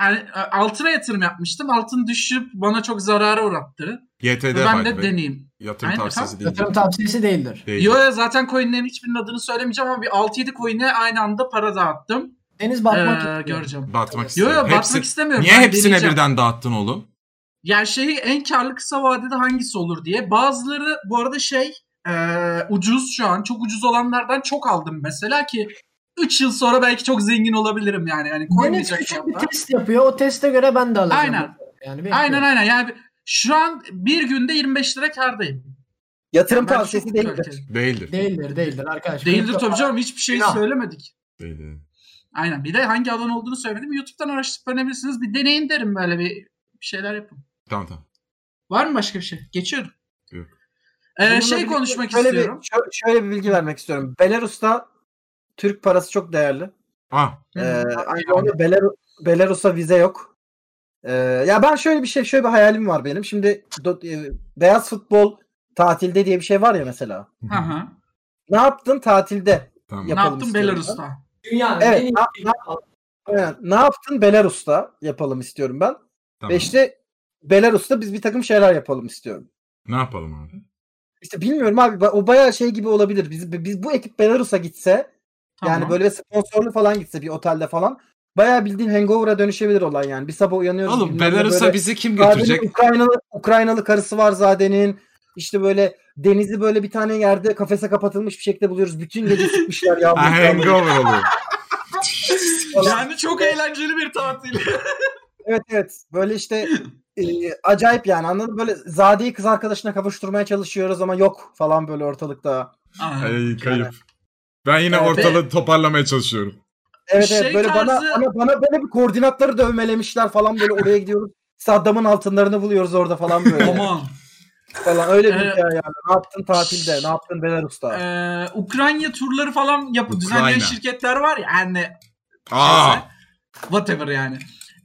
S2: yani e, altına yatırım yapmıştım. Altın düşüp bana çok zarara uğrattı. Ve
S3: YTD
S2: ben
S3: ben
S2: de deneyeyim.
S3: Yatırım
S2: Aynen,
S3: tavsiyesi değil.
S5: Yatırım tavsiyesi değildir.
S3: Değil.
S2: Yo yo, zaten coinlerin hiçbirinin adını söylemeyeceğim ama bir 6-7 coin'e aynı anda para dağıttım.
S5: Deniz
S2: Ee,
S5: bakmak istiyor.
S2: göreceğim.
S3: Batmak
S2: Yo
S3: istiyorum.
S2: yo
S3: Hepsi-
S2: batmak istemiyorum.
S3: Niye
S2: Ben
S3: hepsine
S2: deneyeceğim.
S3: birden dağıttın oğlum?
S2: Yani şeyi en karlı kısa vadede hangisi olur diye. Bazıları bu arada şey e, ucuz şu an. Çok ucuz olanlardan çok aldım mesela ki 3 yıl sonra belki çok zengin olabilirim yani. Yani
S5: Deniz
S2: koymayacak
S5: küçük bir
S2: yolda.
S4: şey
S5: test yapıyor. O teste göre ben de alacağım.
S2: Aynen.
S5: Yani bekliyorum.
S2: Aynen aynen. Yani şu an bir günde 25 lira kardayım.
S4: Yatırım
S2: Ben
S4: tavsiyesi
S2: çok
S4: değildir.
S2: korkarım.
S3: Değildir.
S5: Değildir değildir arkadaş.
S2: Değildir
S5: Kripto
S2: tabii
S5: para-
S2: canım. Hiçbir şey
S5: Günah.
S2: söylemedik.
S3: Değildir.
S2: Aynen. Bir de hangi alan olduğunu söyledim. YouTube'dan araştırıp öğrenebilirsiniz. Bir deneyin derim böyle bir, bir şeyler yapın.
S3: Tamam tamam.
S2: Var mı başka bir şey? Geçiyorum.
S3: Yok.
S2: Ee,
S4: Bununla
S2: şey
S4: birlikte
S2: konuşmak
S4: şöyle
S2: istiyorum.
S4: Bir, şö- şöyle bir bilgi vermek istiyorum. Belarus'ta Türk parası çok değerli.
S3: Ah
S2: Hı.
S4: Ee, aynı zamanda Belar- Belarus'a vize yok. Ee, ya ben şöyle bir şey, şöyle bir hayalim var benim. Şimdi do- e, beyaz futbol tatilde diye bir şey var ya mesela.
S2: Hı hı.
S4: Ne yaptın tatilde?
S3: tamam.
S2: Ne
S4: Yapalım
S2: yaptın
S4: istiyorum ben.
S2: Belarus'ta?
S5: Dünyanın
S4: Evet,
S5: en iyi
S4: ne- Aynen. Ne yaptın Belarus'ta yapalım istiyorum ben.
S3: tamam.
S4: Ve işte Belarus'ta biz bir takım şeyler yapalım istiyorum.
S3: Ne yapalım abi?
S4: İşte bilmiyorum abi ba- o bayağı şey gibi olabilir. Biz, biz bu ekip Belarus'a gitse
S2: Tamam.
S4: yani böyle sponsorlu falan gitse bir otelde falan bayağı bildiğin hangover'a dönüşebilir olan yani. Bir sabah uyanıyoruz.
S3: Oğlum
S4: bilmem ne
S3: Belarus'a
S4: böyle,
S3: bizi kim
S4: Zade'nin
S3: götürecek?
S4: Ukraynalı, Ukraynalı karısı var Zade'nin. İşte böyle denizi böyle bir tane yerde kafese kapatılmış bir şekilde buluyoruz. Bütün gece sıkmışlar
S3: Ha,
S4: yağmur.
S3: hangover oluyor.
S2: Yani çok eğlenceli bir tatil.
S4: Evet evet. Böyle işte e, acayip yani anladın mı? Böyle Zade'yi kız arkadaşına kavuşturmaya çalışıyoruz ama yok falan böyle ortalıkta.
S2: Aynen.
S3: Ay kayıp. Ben yine
S4: Evet.
S3: ortalığı toparlamaya çalışıyorum.
S4: Evet
S2: Şey
S4: evet böyle bana,
S2: tarzı-
S4: bana bana böyle bir koordinatları dövmelemişler falan böyle oraya gidiyoruz. Saddam'ın altınlarını buluyoruz orada falan böyle.
S2: Aman.
S4: falan öyle bir
S2: Evet.
S4: hikaye yani. Ne yaptın tatilde? Ne yaptın Belarus'ta?
S2: Ee, Ukrayna turları falan yap
S3: Ukrayna.
S2: düzenleyen şirketler var ya yani
S3: Aa,
S2: neyse. whatever yani.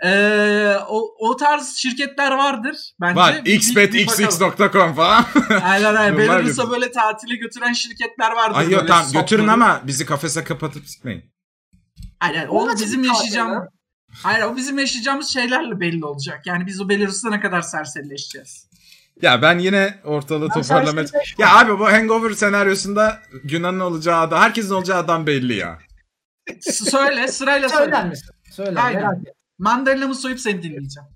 S2: Ee, o, o tarz şirketler vardır bence.
S3: var
S2: Bir- bir bakalım.
S3: xbetxx.com falan.
S2: Aynen aynen.
S3: Bunlar
S2: Belarus'a
S3: gibi.
S2: böyle tatile götüren şirketler vardır.
S3: Ay yok
S2: böyle
S3: tamam
S2: sokları.
S3: götürün ama bizi kafese kapatıp sikmeyin.
S2: Aynen,
S5: O
S2: o
S5: nasıl
S2: bizim
S5: bir tatil
S2: yaşayacağımız...
S5: lan?
S2: Hayır o bizim yaşayacağımız şeylerle belli olacak. Yani biz o Belarus'ta ne kadar serserileşeceğiz.
S3: Ya ben yine ortalığı toparlamaya...
S5: saçma.
S3: Ya abi bu hangover senaryosunda Yunan'ın olacağı adam, herkesin olacağı adam belli ya.
S2: S- söyle sırayla
S5: Söyler
S2: söyle.
S5: misin? Söyle.
S2: Aynen.
S5: Merak ettim.
S2: Mandalinamı soyup seni dinleyeceğim.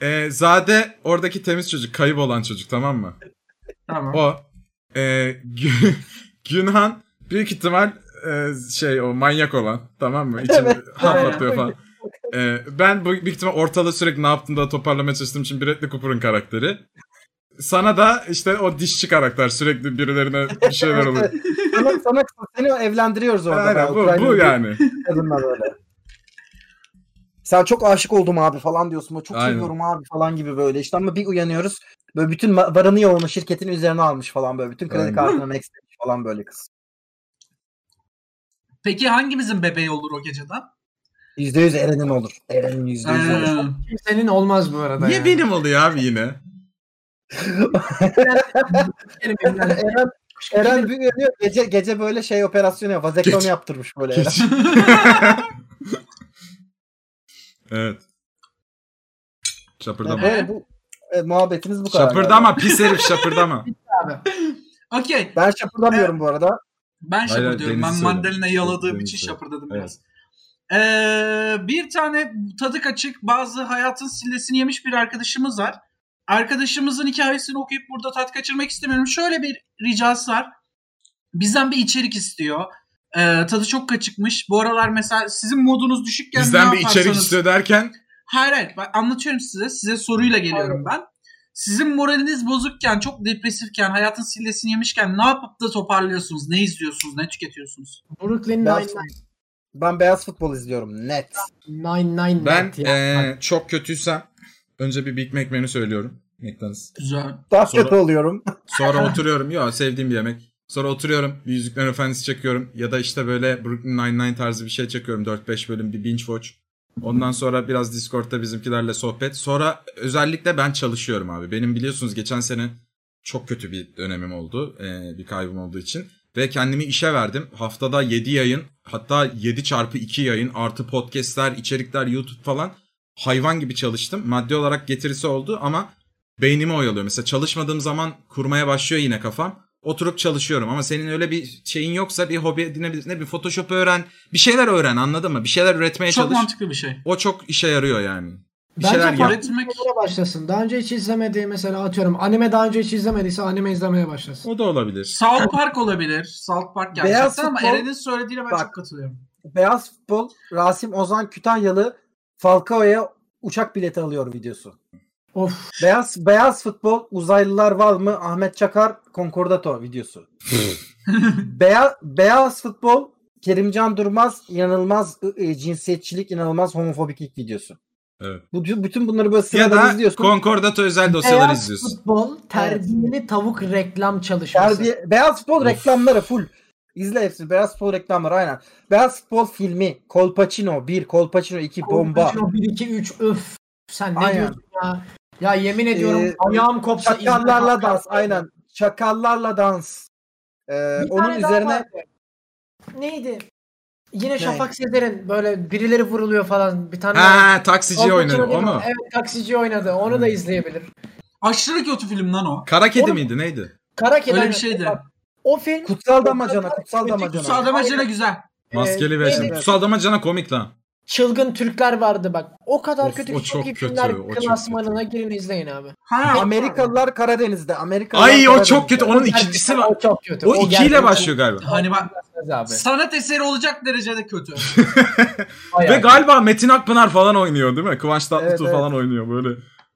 S3: Ee, Zade oradaki temiz çocuk, kayıp olan çocuk tamam mı?
S2: Tamam.
S3: O. Ee, Gü- Günhan büyük ihtimal e, şey o manyak olan tamam mı? İçim
S4: Evet.
S3: haplatıyor falan. Ee, ben bu, büyük ihtimal ortalığı sürekli ne yaptığını da toparlamaya çalıştığım için Bradley Cooper'ın karakteri. Sana da işte o dişçi karakter sürekli birilerine bir şeyler
S4: Evet,
S3: oluyor.
S4: evet. sana, sana seni evlendiriyoruz orada.
S3: Aynen
S4: be,
S3: bu, bu
S4: Ukraynalı
S3: yani.
S4: kadınla böyle. Sen çok aşık oldum abi falan diyorsun. Böyle Çok
S3: Aynen.
S4: seviyorum abi falan gibi böyle işte ama bir uyanıyoruz. Böyle bütün ma- varını yoğunu şirketin üzerine almış falan böyle. Bütün kredi
S3: Aynen.
S4: kartına next demiş falan böyle kız.
S2: Peki hangimizin bebeği olur o geceden?
S4: Yüzde yüz Eren'in olur. Eren'in yüzde yüz olur.
S2: Ee,
S5: Kimsenin olmaz bu arada.
S3: Niye
S5: yani.
S3: benim oluyor abi yine?
S5: Elimden-
S4: Eren, Eren bir uyanıyor. Gece, gece böyle şey operasyon yap. Vazektomi
S3: Geç-
S4: yaptırmış böyle Eren.
S3: Geç. evet.
S4: Yani
S3: Şapırdama.
S4: böyle bu e, muhabbetiniz bu kadar. galiba.
S3: Şapırdama pis herif şapırdama.
S2: Okey.
S4: Ben şapırdamıyorum bu arada.
S2: Ben
S3: Hayır, hayır,
S2: şapırdıyorum. Ben
S3: Deniz'i
S2: mandalinayı
S3: söyle.
S2: yaladığım
S3: Deniz'i
S2: için
S3: söyle.
S2: şapırdadım
S3: Evet.
S2: biraz. Ee, bir tane tadı kaçık bazı hayatın sillesini yemiş bir arkadaşımız var. Arkadaşımızın hikayesini okuyup burada tat kaçırmak istemiyorum. Şöyle bir ricası var. Bizden bir içerik istiyor. Ee, tadı çok kaçıkmış. Bu aralar mesela sizin modunuz düşükken
S3: Bizden
S2: ne
S3: bir içerik
S2: yaparsanız-
S3: istiyor derken
S2: Hayır hayır ben anlatıyorum size. Size soruyla geliyorum ben. Sizin moraliniz bozukken, çok depresifken, hayatın sillesini yemişken ne yapıp da toparlıyorsunuz? Ne izliyorsunuz? Ne tüketiyorsunuz?
S5: Brooklyn
S4: Beyaz,
S5: Nine-Nine.
S4: ben beyaz futbol izliyorum. Net.
S5: Nine-Nine.
S3: ben
S5: net ya.
S3: eee, çok kötüysem önce bir Big Mac menü söylüyorum. McDonald's.
S2: Güzel.
S4: Daha
S3: Sonra-
S4: kötü oluyorum.
S3: Sonra oturuyorum. Ya sevdiğim bir yemek. Sonra oturuyorum. Bir Yüzüklerin Efendisi çekiyorum. Ya da işte böyle Brooklyn Nine-Nine tarzı bir şey çekiyorum. 4-5 bölüm bir binge watch. Ondan sonra biraz Discord'da bizimkilerle sohbet. Sonra özellikle ben çalışıyorum abi. Benim biliyorsunuz geçen sene çok kötü bir dönemim oldu. eee, bir kaybım olduğu için. Ve kendimi işe verdim. Haftada 7 yayın hatta 7 çarpı 2 yayın artı podcastler, içerikler, YouTube falan hayvan gibi çalıştım. Maddi olarak getirisi oldu ama beynimi oyalıyor. Mesela çalışmadığım zaman kurmaya başlıyor yine kafam. Oturup çalışıyorum ama senin öyle bir şeyin yoksa bir hobi edinebilirsin. Ne bir Photoshop öğren, bir şeyler öğren anladın mı? Bir şeyler üretmeye
S2: Çok
S3: çalış.
S2: mantıklı bir şey.
S3: O çok işe yarıyor yani. Bir
S5: Bence
S3: şeyler yap.
S5: farklı
S2: Üretmek-
S5: şeylere başlasın. Daha önce hiç izlemediği mesela atıyorum. Anime daha önce hiç izlemediyse anime izlemeye başlasın.
S3: O da olabilir.
S2: South Park olabilir. South Park gerçekten
S4: Beyaz
S2: ama
S4: futbol-
S2: Eren'in söylediğine ben
S4: Bak.
S2: çok katılıyorum.
S4: Beyaz futbol Rasim Ozan Kütahyalı Falcao'ya uçak bileti alıyor videosu.
S5: Of.
S4: Beyaz beyaz futbol uzaylılar var mı? Ahmet Çakar Concordato videosu. beyaz beyaz futbol Kerimcan Durmaz inanılmaz e, cinsiyetçilik, inanılmaz homofobiklik videosu.
S3: Evet.
S4: Bu, bütün bunları böyle
S3: Ya
S4: sıradan
S3: da
S4: izliyorsun.
S3: Concordato özel dosyaları
S5: Beyaz
S3: izliyorsun.
S5: futbol terbiyeli tavuk reklam çalışması.
S4: Terbiye, beyaz futbol
S3: Of.
S4: reklamları full. İzle hepsini. Beyaz futbol reklamları aynen. Beyaz futbol filmi. Kolpaçino 1, Kolpaçino 2, Bomba.
S5: 1 2 3 öf. Sen ne
S4: Aynen.
S5: diyorsun ya? Ya yemin ediyorum
S4: Ee,
S5: ayağım kopsa
S4: Çakallarla
S5: izlemem.
S4: dans aynen. Çakallarla dans. Ee,
S5: Bir
S4: onun
S5: tane daha
S4: üzerine
S5: vardı. neydi? Yine Şafak Sezer'in böyle birileri vuruluyor falan bir tane. daha-
S3: Ha, taksiciyi
S5: Al
S3: oynadı.
S5: Pacino değil
S3: O
S5: mi?
S3: mu?
S5: Evet taksici oynadı. Onu
S3: Hmm.
S5: da izleyebilir.
S2: Aşırı kötü film lan o.
S3: Kara kedi
S5: Oğlum-
S3: miydi? Neydi?
S5: Kara Kedi
S2: Öyle bir
S5: oynadı.
S2: şeydi.
S5: Bak, O film
S4: kutsal damacana, kutsal
S5: Kutsal
S4: damacana.
S2: Kutsal Damacana güzel.
S5: Ee,
S3: Maskeli
S5: neydi?
S3: versiyon. Kutsal Damacana komik lan.
S5: çılgın Türkler vardı bak. O kadar
S3: Of,
S5: kötü
S3: o
S5: ki çok
S3: çok
S5: iyi
S3: kötü,
S5: filmler
S3: o çok kötü.
S5: klasmanına girin izleyin abi.
S2: Ha,
S4: Amerikalılar Karadeniz'de. Amerikalılar
S3: Ay o çok
S4: Karadeniz'de.
S3: kötü. Onun
S5: Gerçekten
S3: ikincisi var.
S5: O çok kötü.
S3: O ikiyle
S5: gerçekten
S3: başlıyor galiba.
S2: Hani bak
S5: çok Abi.
S2: sanat eseri olacak derecede kötü.
S3: Ve
S5: Bayağı.
S3: galiba Metin Akpınar falan oynuyor değil mi? Kıvanç Tatlıtuğ
S4: Evet,
S3: falan oynuyor böyle.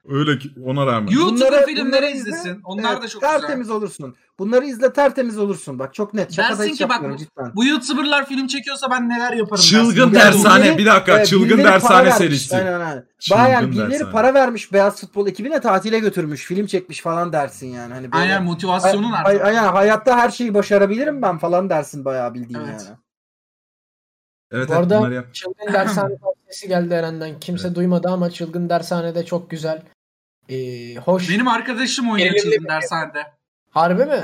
S3: Öyle ki ona rağmen.
S2: YouTube'da
S4: Bunları- bunları
S2: filmleri
S4: izle.
S2: izlesin. Onlar
S4: Evet,
S2: da çok güzel.
S4: tertemiz olursun. Bunları izle tertemiz olursun. Bak çok net. Şaka da
S2: Dersin
S4: hiç
S2: ki bak
S4: yapmıyorum cidden.
S2: Bu YouTuber'lar film çekiyorsa ben neler yaparım.
S3: Çılgın
S2: dersin.
S4: Yani
S3: dershane.
S4: birileri-
S3: Bir dakika.
S4: e,
S3: çılgın
S4: birileri para
S3: dershane
S4: vermiş.
S3: serisi.
S4: Aynen aynen.
S3: Çılgın
S4: Bayan birileri
S3: dershane.
S4: para vermiş beyaz futbol ekibine tatile götürmüş. Film çekmiş falan dersin yani. Hani böyle.
S2: Aynen motivasyonun
S4: Ay-
S2: artık.
S4: ay- aynen, hayatta her şeyi başarabilirim ben falan dersin bayağı bildiğin
S2: Evet.
S4: yani.
S3: Evet,
S5: Bu
S3: evet
S5: arada-
S3: bunları yap.
S5: Çılgın Dershane tavsiyesi geldi Eren'den. Kimse duymadı ama Çılgın Dershane de çok güzel. Ee, hoş.
S2: Benim arkadaşım oynuyor
S5: Gerilimli
S2: çılgın dershanede.
S5: Harbi mi?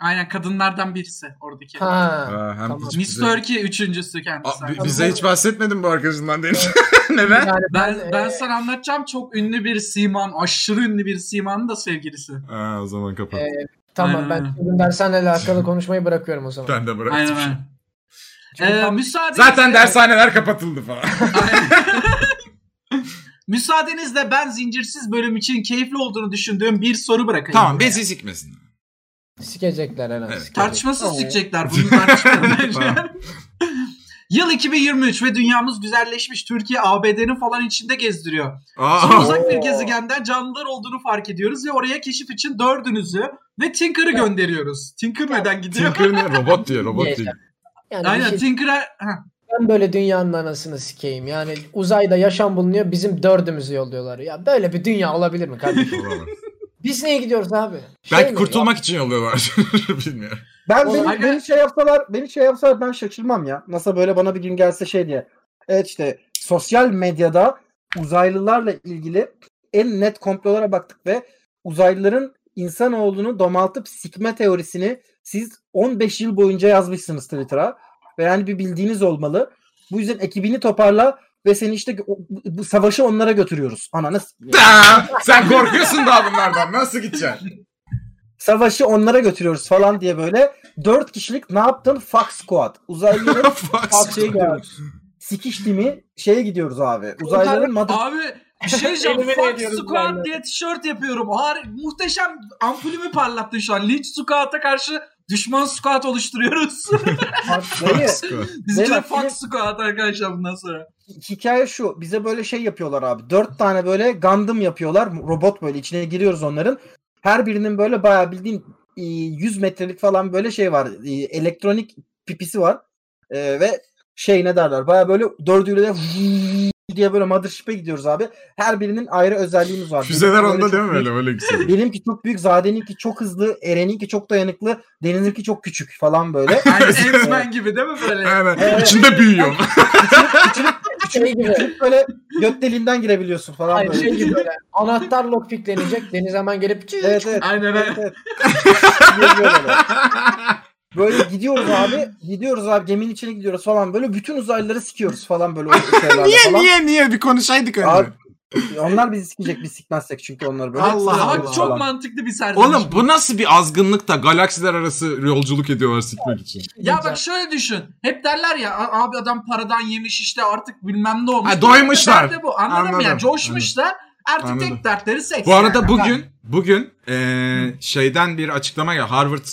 S2: Aynen kadınlardan birisi oradaki.
S5: Ha.
S3: Aa, hem
S5: Tamam.
S3: hiç
S2: Miss
S3: bize-
S2: Turkey üçüncüsü kendisi.
S3: Aa, bi-
S2: arkadaşlar.
S3: bize hiç bahsetmedin bu arkadaşından Deniz. Neden?
S5: Yani
S2: Ben, ben
S5: e,
S2: sana anlatacağım çok ünlü bir siman, aşırı ünlü bir simanın da sevgilisi.
S3: Aa, o zaman kapat.
S5: Ee, tamam ben Çılgın Dershane'yle alakalı konuşmayı bırakıyorum o zaman.
S3: ben de bıraktım.
S2: Aynen aynen.
S5: Çünkü
S2: Ee,
S5: tam-
S2: müsaadenizle,
S3: şey. Zaten dershaneler kapatıldı falan.
S2: müsaadenizle ben zincirsiz bölüm için keyifli olduğunu düşündüğüm bir soru bırakayım.
S3: tamam bezi sikmesin.
S5: Sikecekler Eren.
S3: Evet.
S5: sikecek.
S2: Tartışmasız
S4: Tamam.
S2: sikecekler bunu tartışmayalım
S3: Tamam.
S2: bence. Yıl 2023 ve dünyamız güzelleşmiş. Türkiye ABD'nin falan içinde gezdiriyor. Sonra
S3: Aa,
S2: uzak bir gezegenden canlılar olduğunu fark ediyoruz ve oraya keşif için dördünüzü ve Tinker'ı gönderiyoruz. Tinker neden gidiyor?
S3: Tinker ne? Robot diyor, robot diyor.
S5: Yani bir
S2: Aynen
S5: şey-
S2: Tinker'a... Heh,
S5: ben böyle dünyanın anasını sikeyim. Yani uzayda yaşam bulunuyor bizim dördümüzü yolluyorlar. Ya böyle bir dünya olabilir mi kardeşim?
S3: Olamaz.
S5: Biz niye gidiyoruz abi? Şey
S3: Belki
S5: mi?
S3: kurtulmak için yolluyorlar. Bilmiyorum.
S4: Ben
S5: Oğlum,
S4: beni,
S2: aga-
S4: beni şey yapsalar, beni şey yapsalar ben şaşırmam ya. NASA böyle bana bir gün gelse şey diye. Evet işte sosyal medyada uzaylılarla ilgili en net komplolara baktık ve uzaylıların insanoğlunu domaltıp sikme teorisini siz 15 yıl boyunca yazmışsınız Twitter'a. Ve yani bir bildiğiniz olmalı. Bu yüzden ekibini toparla ve seni işte gö- o- bu- bu savaşı onlara götürüyoruz. Ananı s-
S3: Aa, Sen korkuyorsun daha bunlardan. Nasıl gideceksin?
S4: savaşı onlara götürüyoruz falan diye böyle 4 kişilik ne yaptın? Fuck squad. Uzaylıların
S3: Fox.
S4: Şeye gidiyoruz. Sikişti mi? Şeye gidiyoruz abi. Uzaylıların madde
S2: abi bir şey diyeceğim.
S5: Elimine
S2: Fuck
S5: ediyoruz
S2: Squad
S5: vallahi.
S2: diye tişört yapıyorum. Har muhteşem ampulümü parlattın şu an. Lynch Squad'a karşı düşman Squad oluşturuyoruz.
S4: Dayı,
S2: Bizimki de
S4: Beyler,
S2: Fuck
S4: film-
S2: Squad arkadaşlar bundan sonra.
S4: hikaye şu. Bize böyle şey yapıyorlar abi. Dört tane böyle Gundam yapıyorlar. Robot böyle içine giriyoruz onların. Her birinin böyle bayağı bildiğin e, 100 metrelik falan böyle şey var. e, Elektronik pipisi var. E, Ve şey ne derler. Bayağı böyle dördüyle de diye böyle mothership'e gidiyoruz abi. Her birinin ayrı özelliğimiz var.
S3: Füzeler
S4: Benimki böyle
S3: onda
S4: çok
S3: değil mi
S4: büyük-
S3: öyle? Öyle güzel.
S4: Benimki çok büyük, Zade'ninki çok hızlı, Eren'inki çok dayanıklı, Deniz'inki çok küçük falan böyle.
S2: Yani X-Men gibi değil mi böyle?
S3: Aynen. İçinde büyüyor.
S5: Şey gibi.
S4: böyle göt deliğinden girebiliyorsun falan
S5: Hayır
S4: böyle.
S5: şey gibi böyle. Anahtar lockpicklenecek. Deniz hemen gelip cık
S4: Evet evet.
S2: Aynen
S4: evet,
S2: aynen.
S4: evet. böyle. Böyle gidiyoruz abi. Gidiyoruz abi geminin içine gidiyoruz falan böyle. Bütün uzaylıları sikiyoruz falan böyle. o şeylerle
S3: niye
S4: falan.
S3: niye niye bir konuşaydık
S4: Abi,
S3: önce.
S4: onlar bizi sikecek biz sikmezsek çünkü onları böyle.
S3: Allah
S4: sikiyoruz
S2: Daha
S3: Allah.
S2: çok
S4: falan.
S2: mantıklı bir serdeniş.
S3: Oğlum bu nasıl bir azgınlık da galaksiler arası yolculuk ediyorlar sikmek için.
S2: Ya bak şöyle düşün. Hep derler ya "A- abi adam paradan yemiş işte artık bilmem ne olmuş.
S3: Ha, doymuşlar.
S2: Dertleri Bu. Anladın mı
S3: Anladım.
S2: ya? Coşmuşlar. Artık
S3: Anladım.
S2: tek dertleri seks.
S3: Bu arada
S2: yani.
S3: bugün bugün eee, şeyden bir açıklama ya Harvard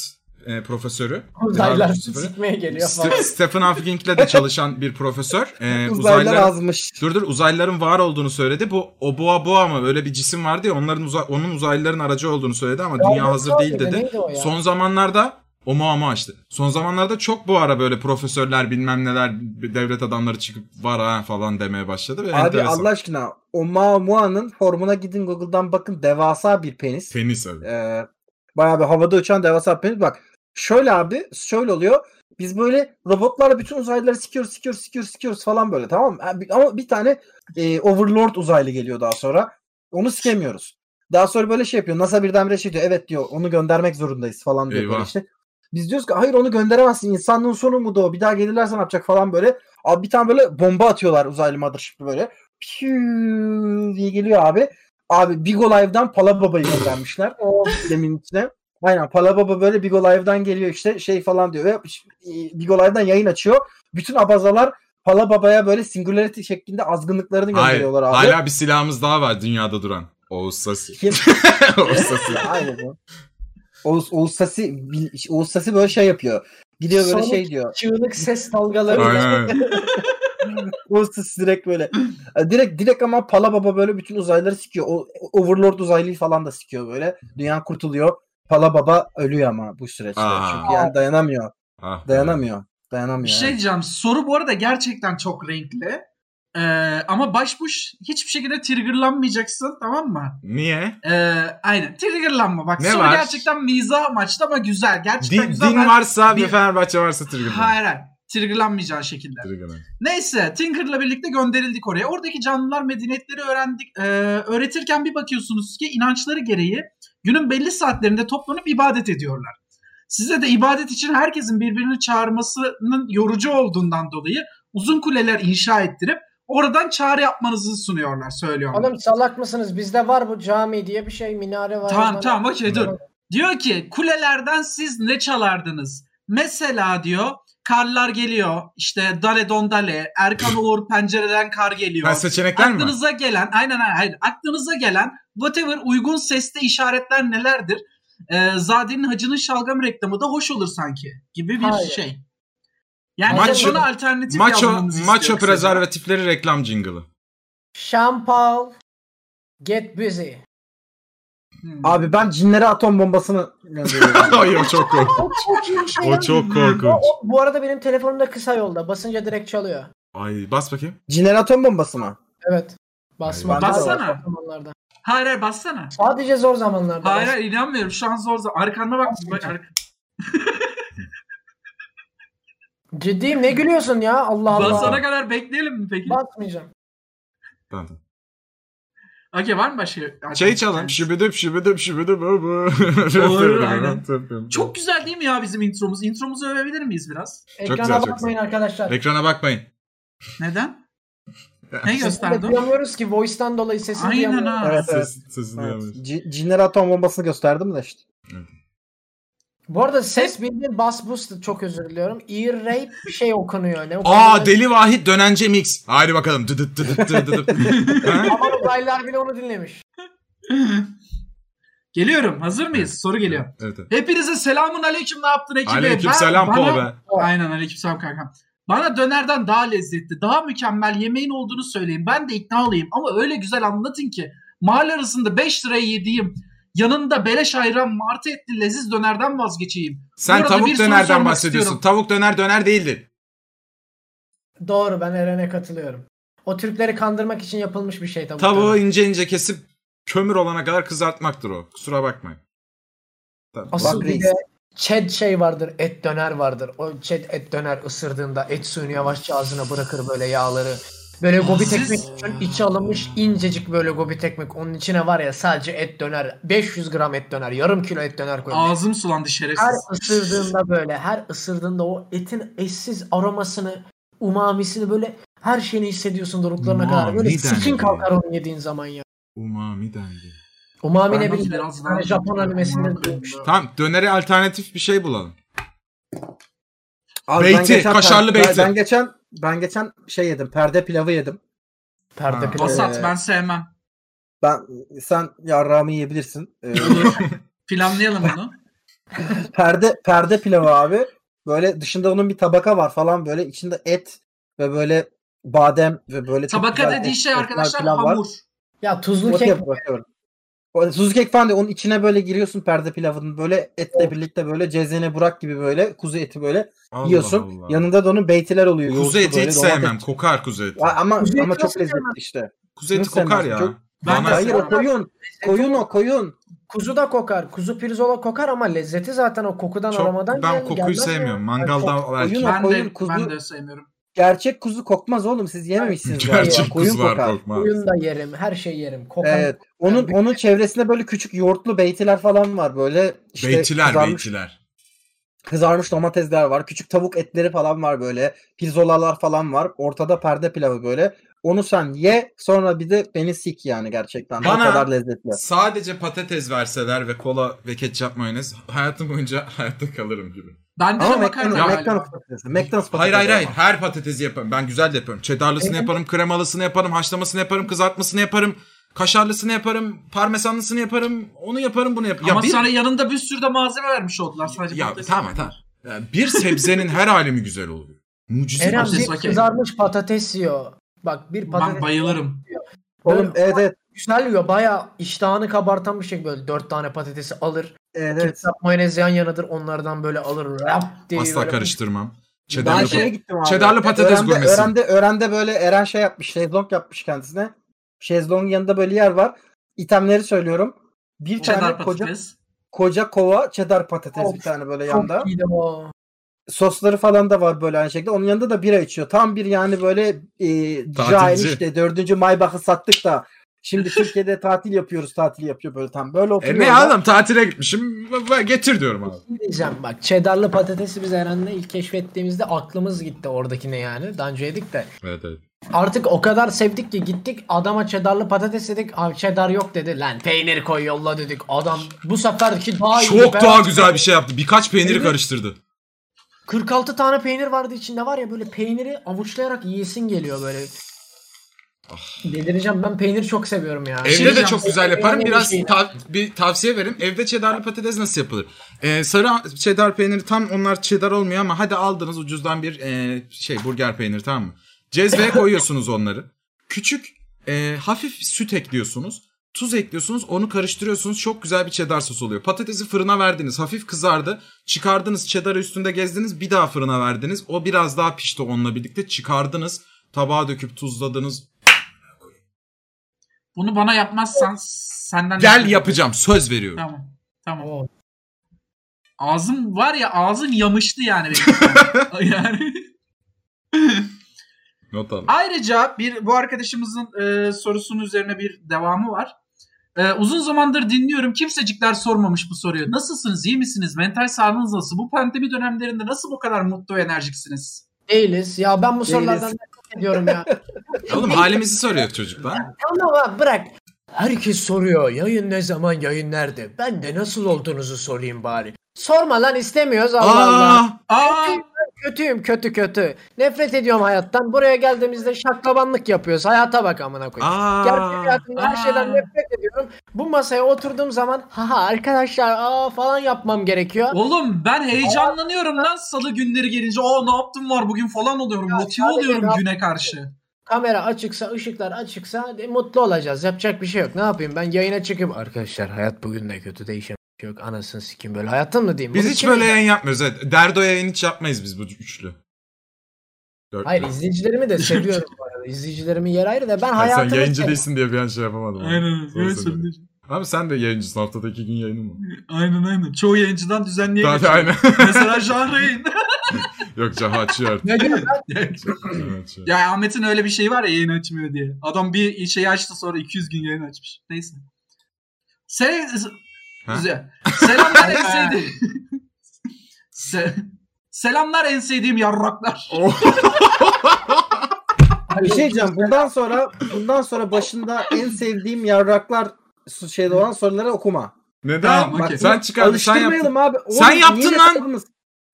S3: eee, profesörü
S5: uzaylılar
S3: Harvard
S5: bizi
S3: profesörü.
S5: sikmeye geliyor falan.
S3: Ste- Stephen Hawking'le de çalışan bir profesör. eee
S4: Uzaylılar
S3: uzaylılar
S4: azmış.
S3: Dur dur uzaylıların var olduğunu söyledi. Bu Oboa Boa mı öyle bir cisim vardı ya onların uza- onun uzaylıların aracı olduğunu söyledi ama dünya hazır değil dedi.
S5: Neydi o ya?
S3: Son zamanlarda o muamma açtı. Son zamanlarda çok bu ara böyle profesörler bilmem neler devlet adamları çıkıp var ha falan demeye başladı. Ve
S4: Abi
S3: enteresan.
S4: Allah aşkına o Maomua'nın formuna gidin Google'dan bakın devasa bir penis.
S3: Tenis abi.
S4: Ee, bayağı bir havada uçan devasa penis. Bak şöyle abi şöyle oluyor. Biz böyle robotlarla bütün uzaylıları sikiyoruz sikiyoruz sikiyoruz sikiyoruz falan böyle tamam mı? Ha, bi- Ama bir tane e, Overlord uzaylı geliyor daha sonra. Onu sikemiyoruz. Daha sonra böyle şey yapıyor. NASA birdenbire şey diyor. Evet diyor onu göndermek zorundayız falan diyor böyle
S3: Eyvah.
S4: işte. Biz diyoruz ki hayır onu gönderemezsin. İnsanlığın sonu mu da o? Bir daha gelirlerse ne yapacak falan böyle. Abi bir tane böyle bomba atıyorlar uzaylı mothership'li böyle. Piyuu diye geliyor abi. Abi Big Olive'dan Pala Baba'yı göndermişler. O demin içine. Aynen Pala Baba böyle Big Olive'dan geliyor işte şey falan diyor. Ve ş- e, Big Olive'dan yayın açıyor. Bütün abazalar Pala Baba'ya böyle singularity şeklinde azgınlıklarını
S3: Hayır,
S4: gönderiyorlar abi.
S3: hala bir silahımız daha var dünyada duran. Oğuz Sasi.
S4: Kim?
S3: Oğuz Sasi.
S4: Aynen o. Oğuz, Oğuz, Sasi, bil- Oğuz Sasi böyle şey yapıyor. Gidiyor böyle
S5: Sonic
S4: şey diyor.
S5: Çığlık ses dalgaları.
S3: Aynen.
S4: Oğuz Sasi direkt böyle. E, Direkt direkt ama Pala Baba böyle bütün uzaylıları sikiyor. O, Overlord uzaylıyı falan da sikiyor böyle. Dünya kurtuluyor. Pala Baba ölüyor ama bu süreçte.
S3: Aa.
S4: Çünkü yani dayanamıyor.
S3: Ah.
S4: Dayanamıyor. Dayanamıyor.
S2: Bir şey
S4: yani.
S2: diyeceğim. Soru bu arada gerçekten çok renkli. Ee, ama başbuş hiçbir şekilde triggerlanmayacaksın tamam mı?
S3: Niye?
S2: Ee, aynen triggerlanma. Bak
S3: Ne
S2: soru
S3: var?
S2: gerçekten miza amaçlı ama güzel. Gerçekten
S3: Din,
S2: güzel.
S3: din
S2: Ben-
S3: varsa
S2: bir-
S3: ve Fenerbahçe varsa trigger'dan.
S2: Hayır hayır. Triggerlanmayacağın şekilde.
S3: Trigger'dan.
S2: Neyse Tinker'la birlikte gönderildik oraya. Oradaki canlılar medeniyetleri öğrendik. e, öğretirken bir bakıyorsunuz ki inançları gereği günün belli saatlerinde toplanıp ibadet ediyorlar. Size de ibadet için herkesin birbirini çağırmasının yorucu olduğundan dolayı uzun kuleler inşa ettirip oradan çağrı yapmanızı sunuyorlar söylüyorlar.
S5: Oğlum salak mısınız? Bizde var bu cami diye bir şey minare var.
S2: Tamam
S5: Bana-
S2: tamam okey dur. Diyor ki kulelerden siz ne çalardınız? Mesela diyor karlar geliyor. İşte Dale Dondale, Erkan Uğur pencereden kar geliyor.
S3: Ha, seçenekler mi?
S2: aklınıza gelen aynen aynen hayır, aklınıza gelen whatever uygun sesli işaretler nelerdir? Ee, Zade'nin Hacı'nın şalgam reklamı da hoş olur sanki gibi bir
S5: Hayır.
S2: şey. Yani
S5: Maço-
S2: maço, bana alternatif
S3: Maço,
S2: yazmanızı
S3: maço
S2: istiyor kısaca.
S3: prezervatifleri reklam jingle'ı.
S5: Şampal. Get busy.
S2: Hmm.
S4: Abi ben cinlere atom bombasını gönderiyorum.
S3: Hayır o çok korkunç.
S5: O çok iyi şey.
S3: O çok korkunç.
S5: O- bu arada benim telefonum da kısa yolda. Basınca direkt çalıyor.
S3: Ay bas bakayım.
S4: cinlere atom bombası mı?
S5: Evet. Basma.
S4: Hayvan.
S2: Bassana.
S5: Zor zamanlarda.
S2: Hayır hayır bassana.
S5: Sadece zor zamanlarda.
S2: Hayır hayır inanmıyorum şu an zor zor. Arkanda bak. bak ar-
S5: Ciddiyim ne gülüyorsun ya Allah Allah.
S2: Basana kadar bekleyelim mi peki?
S5: Basmayacağım.
S3: Tamam, tamam.
S2: Okey var mı başka?
S3: Şey çalalım. Şibidip şibidip şibidip.
S2: Doğru, aynen. Çok güzel değil mi ya bizim intromuz? Intromuzu övebilir miyiz biraz?
S5: Ekrana
S3: güzel, çok
S5: bakmayın arkadaşlar.
S3: Ekrana bakmayın.
S2: Neden? ne
S5: Sesini de
S2: gösterdi? o?
S5: duyamıyoruz ki voice'tan dolayı sesini
S2: Aynen
S5: duyamıyoruz.
S2: ha.
S4: Evet evet.
S3: Ses, sesini
S4: evet.
S3: duyamıyoruz.
S4: Ci- cinlere atom bombasını gösterdim de işte.
S5: Bu arada ses bildiğin bas boost çok özür diliyorum. Ear rape bir şey okunuyor. Ne
S3: Aa
S5: okunuyor?
S3: deli vahit dönence mix. Haydi bakalım. Dıdıt dıdıt dıdıt dıdıt. Ha?
S5: Ama uzaylılar bile onu dinlemiş.
S2: Geliyorum. Hazır mıyız? Soru geliyor.
S3: Evet. evet.
S2: Hepinize selamun aleyküm ne yaptın ekibi?
S3: Aleyküm
S2: Ben-
S3: selam
S2: bana-
S3: po be.
S2: Aynen aleyküm selam kankam. Bana dönerden daha lezzetli, daha mükemmel yemeğin olduğunu söyleyin. Ben de ikna olayım ama öyle güzel anlatın ki. Mahalle arasında 5 liraya yediğim, yanında beleş ayran, martı etli leziz dönerden vazgeçeyim. Bu
S3: Sen
S2: arada bir
S3: tavuk
S2: soru
S3: dönerden
S2: sormak
S3: bahsediyorsun.
S2: istiyorum.
S3: Tavuk döner döner değildi.
S5: Doğru ben Eren'e katılıyorum. O Türkleri kandırmak için yapılmış bir şey tabii.
S3: Tavuğu ince ince kesip kömür olana kadar kızartmaktır o. Kusura bakmayın. Tamam.
S5: Asıl
S4: Bak
S5: bir
S4: reis.
S5: de chat şey vardır. Et döner vardır. O chat et döner ısırdığında et suyunu yavaşça ağzına bırakır böyle yağları. Böyle gobi
S2: siz-
S5: tekmek için içi alınmış incecik böyle gobi tekmek. Onun içine var ya sadece et döner. 500 gram et döner. Yarım kilo et döner koymuş.
S2: Ağzım sulandı
S5: Her
S2: şerefsiz.
S5: ısırdığında böyle her ısırdığında o etin eşsiz aromasını, umamisini böyle her şeyini hissediyorsun doruklarına kadar. Böyle
S3: Umamiden
S5: sikin
S3: mi?
S5: kalkar onu yediğin zaman ya.
S3: Umami dendi.
S5: Umami ne
S2: Ben
S5: bileyim.
S2: biraz
S5: ben
S2: daha-
S5: Japon animesinden duymuş.
S3: Tamam dönere alternatif bir şey bulalım.
S4: Abi
S3: Beyti, kaşarlı
S4: ben-
S3: beyti.
S4: Ben geçen ben geçen şey yedim. Perde pilavı yedim.
S5: Perde
S3: Ha.
S5: pilavı.
S2: Vasat
S4: Ee,
S2: ben sevmem.
S4: Ben sen yarrağımı yiyebilirsin. Ee,
S2: Planlayalım bunu.
S4: perde perde pilavı abi. Böyle dışında onun bir tabaka var falan böyle içinde et ve böyle badem ve böyle çok
S2: Tabaka
S4: güzel
S2: dediği
S4: et-
S2: şey
S4: etler
S2: arkadaşlar
S4: falan var.
S2: hamur.
S5: Ya tuzlu kek
S4: Bakıyorum, bakıyorum. O Suzu kek falan diyor. Onun içine böyle giriyorsun perde pilavının böyle etle birlikte böyle cezene burak gibi böyle kuzu eti böyle
S3: Allah
S4: yiyorsun.
S3: Allah.
S4: Yanında da onun beytiler oluyor.
S3: kuzu
S4: yoğurtlu
S3: eti
S4: böyle,
S3: hiç
S4: domates.
S3: sevmem. Kokar kuzu eti.
S4: Ya Ama
S5: Kuzu eti
S4: ama çok
S5: nasıl
S4: lezzetli
S5: sevmez?
S4: işte.
S3: Kuzu eti
S4: Nasıl sevmez?
S3: kokar ya.
S4: Çok-
S2: Ben de
S3: Bana-
S4: Hayır o koyun. Koyun o koyun.
S5: Kuzu da kokar. Kuzu pirzola kokar ama lezzeti zaten o kokudan
S3: Çok-
S5: aromadan
S3: ben
S5: gel-
S3: kokuyu
S5: gelmez ya.
S3: sevmiyorum. Mangalda
S4: çok-
S3: belki.
S4: koyun-
S2: Ben
S4: Koyun,
S2: de,
S4: kuzu.
S2: ben de sevmiyorum.
S4: Gerçek kuzu kokmaz oğlum siz yememişsiniz galiba.
S3: Gerçek
S4: koyun
S3: kuzu var
S4: kokar.
S3: kokmaz.
S5: Koyun da yerim. Her şeyi yerim. Kokan.
S4: Evet. Onun onun çevresinde böyle küçük yoğurtlu beytiler falan var böyle işte
S3: beytiler
S4: kızarmış,
S3: beytiler.
S4: kızarmış domatesler var. Küçük tavuk etleri falan var böyle. Pirzolalar falan var. Ortada perde pilavı böyle. Onu sen ye sonra bir de beni sik yani gerçekten.
S3: Bana-
S4: o kadar lezzetli.
S3: Sadece patates verseler ve kola ve ketçap mayonez hayatım boyunca hayatta kalırım gibi.
S2: Bende de
S4: Ama
S2: makarna
S4: McDonald's,
S2: galiba.
S4: McDonald's patatesi. McDonald's patatesi.
S3: Hayır hayır hayır.
S4: ama.
S3: Her patatesi yaparım. Ben güzel de yaparım. Çedarlısını yaparım, kremalısını yaparım, haşlamasını yaparım, kızartmasını yaparım, kaşarlısını yaparım, parmesanlısını yaparım, onu yaparım, bunu yaparım.
S2: Ama
S3: ya bir,
S2: sana yanında bir sürü de malzeme vermiş oldular sadece.
S3: ya,
S2: patates.
S3: tamam tamam. Ya bir sebzenin her halimi güzel oluyor. Mucize.
S5: Eren
S2: patates,
S5: bir
S2: okey.
S5: kızarmış patates yiyor. Bak bir patates
S2: Ben bayılırım.
S4: Oğlum evet evet.
S5: güzel yiyor. Bayağı iştahını kabartan bir şey böyle. Dört tane patatesi alır.
S4: evet.
S5: Ketçap mayonez yan yanadır. Onlardan böyle alır. Rap diye
S3: Asla
S5: böyle-
S3: karıştırmam.
S4: Ben
S3: Çedarlı
S2: şey-
S4: şeye
S3: pat-
S4: gittim abi.
S3: Çedarlı patates
S4: Öğrende-
S3: gurmesi.
S4: Öğrende, öğrende böyle Eren şey yapmış. Şezlong yapmış kendisine. Şezlong'un yanında böyle yer var. İtemleri söylüyorum. Bir tane
S2: Çedar
S4: koca,
S2: patates.
S4: koca kova çedar patates
S5: Of,
S4: bir tane böyle
S5: Çok
S4: yanda.
S5: iyi de o.
S4: Sosları falan da var böyle aynı şekilde. Onun yanında da bira içiyor. Tam bir yani böyle e, cahil
S3: Tatilci.
S4: işte. Dördüncü Maybach'ı sattık da şimdi Türkiye'de tatil yapıyoruz. Tatil yapıyor böyle tam. Böyle
S3: E
S4: oturuyor.
S3: ne
S4: orada.
S3: adam tatile gitmişim. b- Getir diyorum abi.
S5: Ne diyeceğim bak çedarlı patatesi biz Eren'le ilk keşfettiğimizde aklımız gitti oradakine yani. Daha önce yedik de.
S3: Evet evet.
S5: Artık o kadar sevdik ki gittik adama çedarlı patates dedik. Abi çedar yok dedi. Lan peynir koy yolla dedik. Adam bu seferki daha iyi.
S3: Çok
S5: Ben-
S3: daha güzel bir şey yaptı. Birkaç peyniri karıştırdı.
S5: 46 tane peynir vardı içinde var ya böyle peyniri avuçlayarak yiyesin geliyor böyle. Delireceğim ben peynir çok seviyorum ya.
S2: şey
S3: Ah. Evde de
S2: diyeceğim,
S3: çok
S2: size
S3: güzel yaparım.
S5: önemli bir
S3: Biraz
S5: şey.
S3: ta- bir tavsiye verin. Evde çedarlı patates nasıl yapılır? Ee, sarı çedar peyniri tam onlar çedar olmuyor ama hadi aldınız ucuzdan bir e, şey burger peyniri tamam mı? Cezveye koyuyorsunuz onları. Küçük e, hafif süt ekliyorsunuz. Tuz ekliyorsunuz onu karıştırıyorsunuz çok güzel bir çedar sos oluyor. Patatesi fırına verdiniz hafif kızardı. Çıkardınız çedarı üstünde gezdiniz bir daha fırına verdiniz. O biraz daha pişti onunla birlikte çıkardınız. Tabağa döküp tuzladınız.
S2: Bunu bana yapmazsan senden...
S3: Gel
S2: nefret
S3: yapacağım söz veriyorum.
S2: Tamam. Tamam.
S5: Oo.
S2: Ağzım var ya ağzım yamıştı yani benim. yani.
S3: Not alın.
S2: Ayrıca bir bu arkadaşımızın e, sorusunun üzerine bir devamı var. E, uzun zamandır dinliyorum. Kimsecikler sormamış bu soruyu. Nasılsınız? iyi misiniz? Mental sağlığınız nasıl? Bu pandemi dönemlerinde nasıl bu kadar mutlu ve enerjiksiniz?
S5: Değiliz. Ya ben bu sorulardan
S4: Değiliz.
S5: nefret ediyorum ya.
S3: Oğlum halimizi soruyor çocuklar.
S5: tamam abi bırak. Herkes soruyor yayın ne zaman yayın nerede? Ben de nasıl olduğunuzu sorayım bari. Sorma lan istemiyoruz Allah Allah.
S3: Aa,
S2: Aa,
S5: Kötüyüm kötü kötü. Nefret ediyorum hayattan. Buraya geldiğimizde şaklabanlık yapıyoruz. Hayata bak amına koyayım. Gerçek
S3: aa.
S5: hayatımda her
S2: Aa.
S5: şeyden nefret ediyorum. Bu masaya oturduğum zaman haha arkadaşlar aa falan yapmam gerekiyor.
S2: oğlum ben heyecanlanıyorum lan salı günleri gelince. O ne yaptım var bugün falan oluyorum. Motive
S5: sadece
S2: oluyorum
S5: ne
S2: güne karşı.
S5: Kamera açıksa, ışıklar açıksa de mutlu olacağız. Yapacak bir şey yok. Ne yapayım ben yayına çıkıp arkadaşlar hayat bugün de kötü değişen bir şey yok. Anasını sikim böyle hayatın mı diyeyim?
S3: Biz
S5: Bunu
S3: hiç
S5: kim-
S3: böyle yayın yapmıyoruz. Evet. Derdo yayın hiç yapmayız biz bu üçlü. Dörtlü.
S5: Hayır izleyicilerimi de seviyorum bu arada. İzleyicilerimin yeri ayrı da ben
S3: Ya sen
S5: hayatımı
S3: yayıncı
S5: seviyorum.
S3: değilsin diye bir an şey yapamadım. abi.
S2: Aynen
S3: Doğru söylüyorum. Abi sen de yayıncısın haftada iki gün yayının mı?
S2: Aynen aynen. Çoğu yayıncıdan düzenliye
S3: Daha da aynen.
S2: Mesela Jean Rey'in.
S3: Yok Caha açıyor artık. Caha açıyor.
S2: Ya Ahmet'in öyle bir şeyi var ya yayın açmıyor diye. Adam bir şeyi açtı sonra 200 gün yayın açmış. Neyse. Se
S3: Ha?
S2: Güzel. Selamlar en sevdiğim. Se- Selamlar en sevdiğim yarraklar.
S4: Bir şey diyeceğim. Bundan sonra bundan sonra başında en sevdiğim yarraklar su- şeyde olan soruları okuma.
S3: Neden?
S2: Tamam, okey.
S3: Sen çıkardın sen yaptın.
S4: Alıştırmayalım abi. Oğlum,
S3: Sen yaptın
S4: niye
S3: lan!
S4: yapmadınız?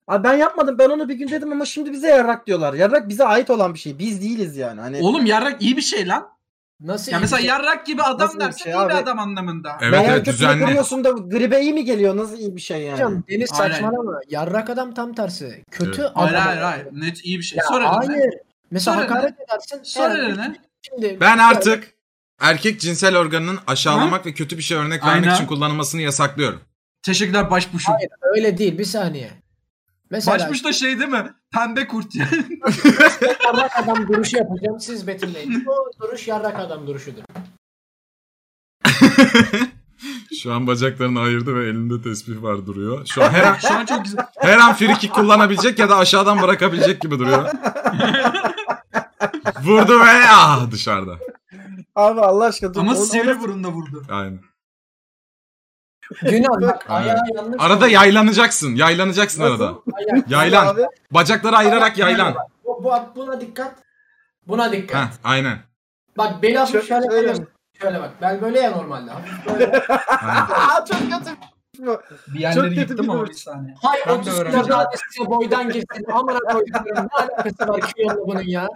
S4: Abi ben yapmadım. Ben onu bir gün dedim ama şimdi bize yarrak diyorlar. Yarrak bize ait olan bir şey. Biz değiliz yani. Hani
S2: Oğlum yarrak iyi bir şey lan.
S5: Nasıl
S2: Ya mesela
S5: iyi-
S2: yarrak gibi adam
S4: Nasıl bir
S2: dersen
S4: şey
S2: iyi
S4: abi?
S2: bir adam anlamında.
S3: Evet
S4: Meğer
S3: evet
S4: götünü
S3: düzenli.
S4: kırıyorsun da gribe iyi mi geliyor? Nasıl iyi bir şey yani?
S5: Hocam Deniz
S2: Aynen.
S5: saçmalama. Yarrak adam tam tersi. Kötü
S3: Evet.
S5: adam.
S2: Hayır hayır hayır. Net iyi bir şey.
S5: Ya
S2: Sor eline.
S5: hayır. Mesela
S2: Sonra
S5: hakaret edersin.
S2: Sor
S5: Eren,
S2: eline.
S5: Şimdi
S3: Ben artık erkek cinsel organının aşağılamak ve kötü bir şey örnek vermek
S2: Aynen.
S3: için kullanılmasını yasaklıyorum.
S2: Teşekkürler başbuşum.
S5: Hayır, öyle değil bir saniye. Mesela
S2: Başbuş da şey değil mi? Pembe kurt. ya.
S5: yarrak adam duruşu yapacağım siz betimleyin. O duruş yarrak adam duruşudur.
S3: Şu an bacaklarını ayırdı ve elinde tespih var duruyor. Şu an her an
S2: Şu an çok güzel.
S3: Her an friki kullanabilecek ya da aşağıdan bırakabilecek gibi duruyor. Vurdu ve ah dışarıda.
S4: Abi Allah aşkına. dur.
S2: Ama
S4: Onu- onu-
S2: sivri burunla vurdu.
S3: Aynen.
S5: Günah bak ayağa yanlış.
S3: Arada yaylanacaksın. Yaylanacaksın arada.
S5: Ayak.
S3: Yaylan.
S4: Abi,
S3: Bacakları ayırarak yaylan.
S5: Bu, bu- buna dikkat. Buna dikkat.
S3: Heh, aynen.
S5: Bak beni hafif
S4: Şöyle-
S5: şöyle
S4: şöyle
S5: şöyle, şöyle bak. Ben böyle ya normalde. Hafif böyle.
S4: Aa, çok kötü. mu?
S2: Bir yerleri
S4: Çok kötü
S2: yıktım
S4: bir
S2: ama
S4: dört.
S2: bir saniye.
S5: Hay
S2: Ben de
S5: 30 kilo
S2: öğreneceğim.
S5: daha size boydan geçsin. Amına koyduklarım. Ne alakası var kıyonla bunun ya?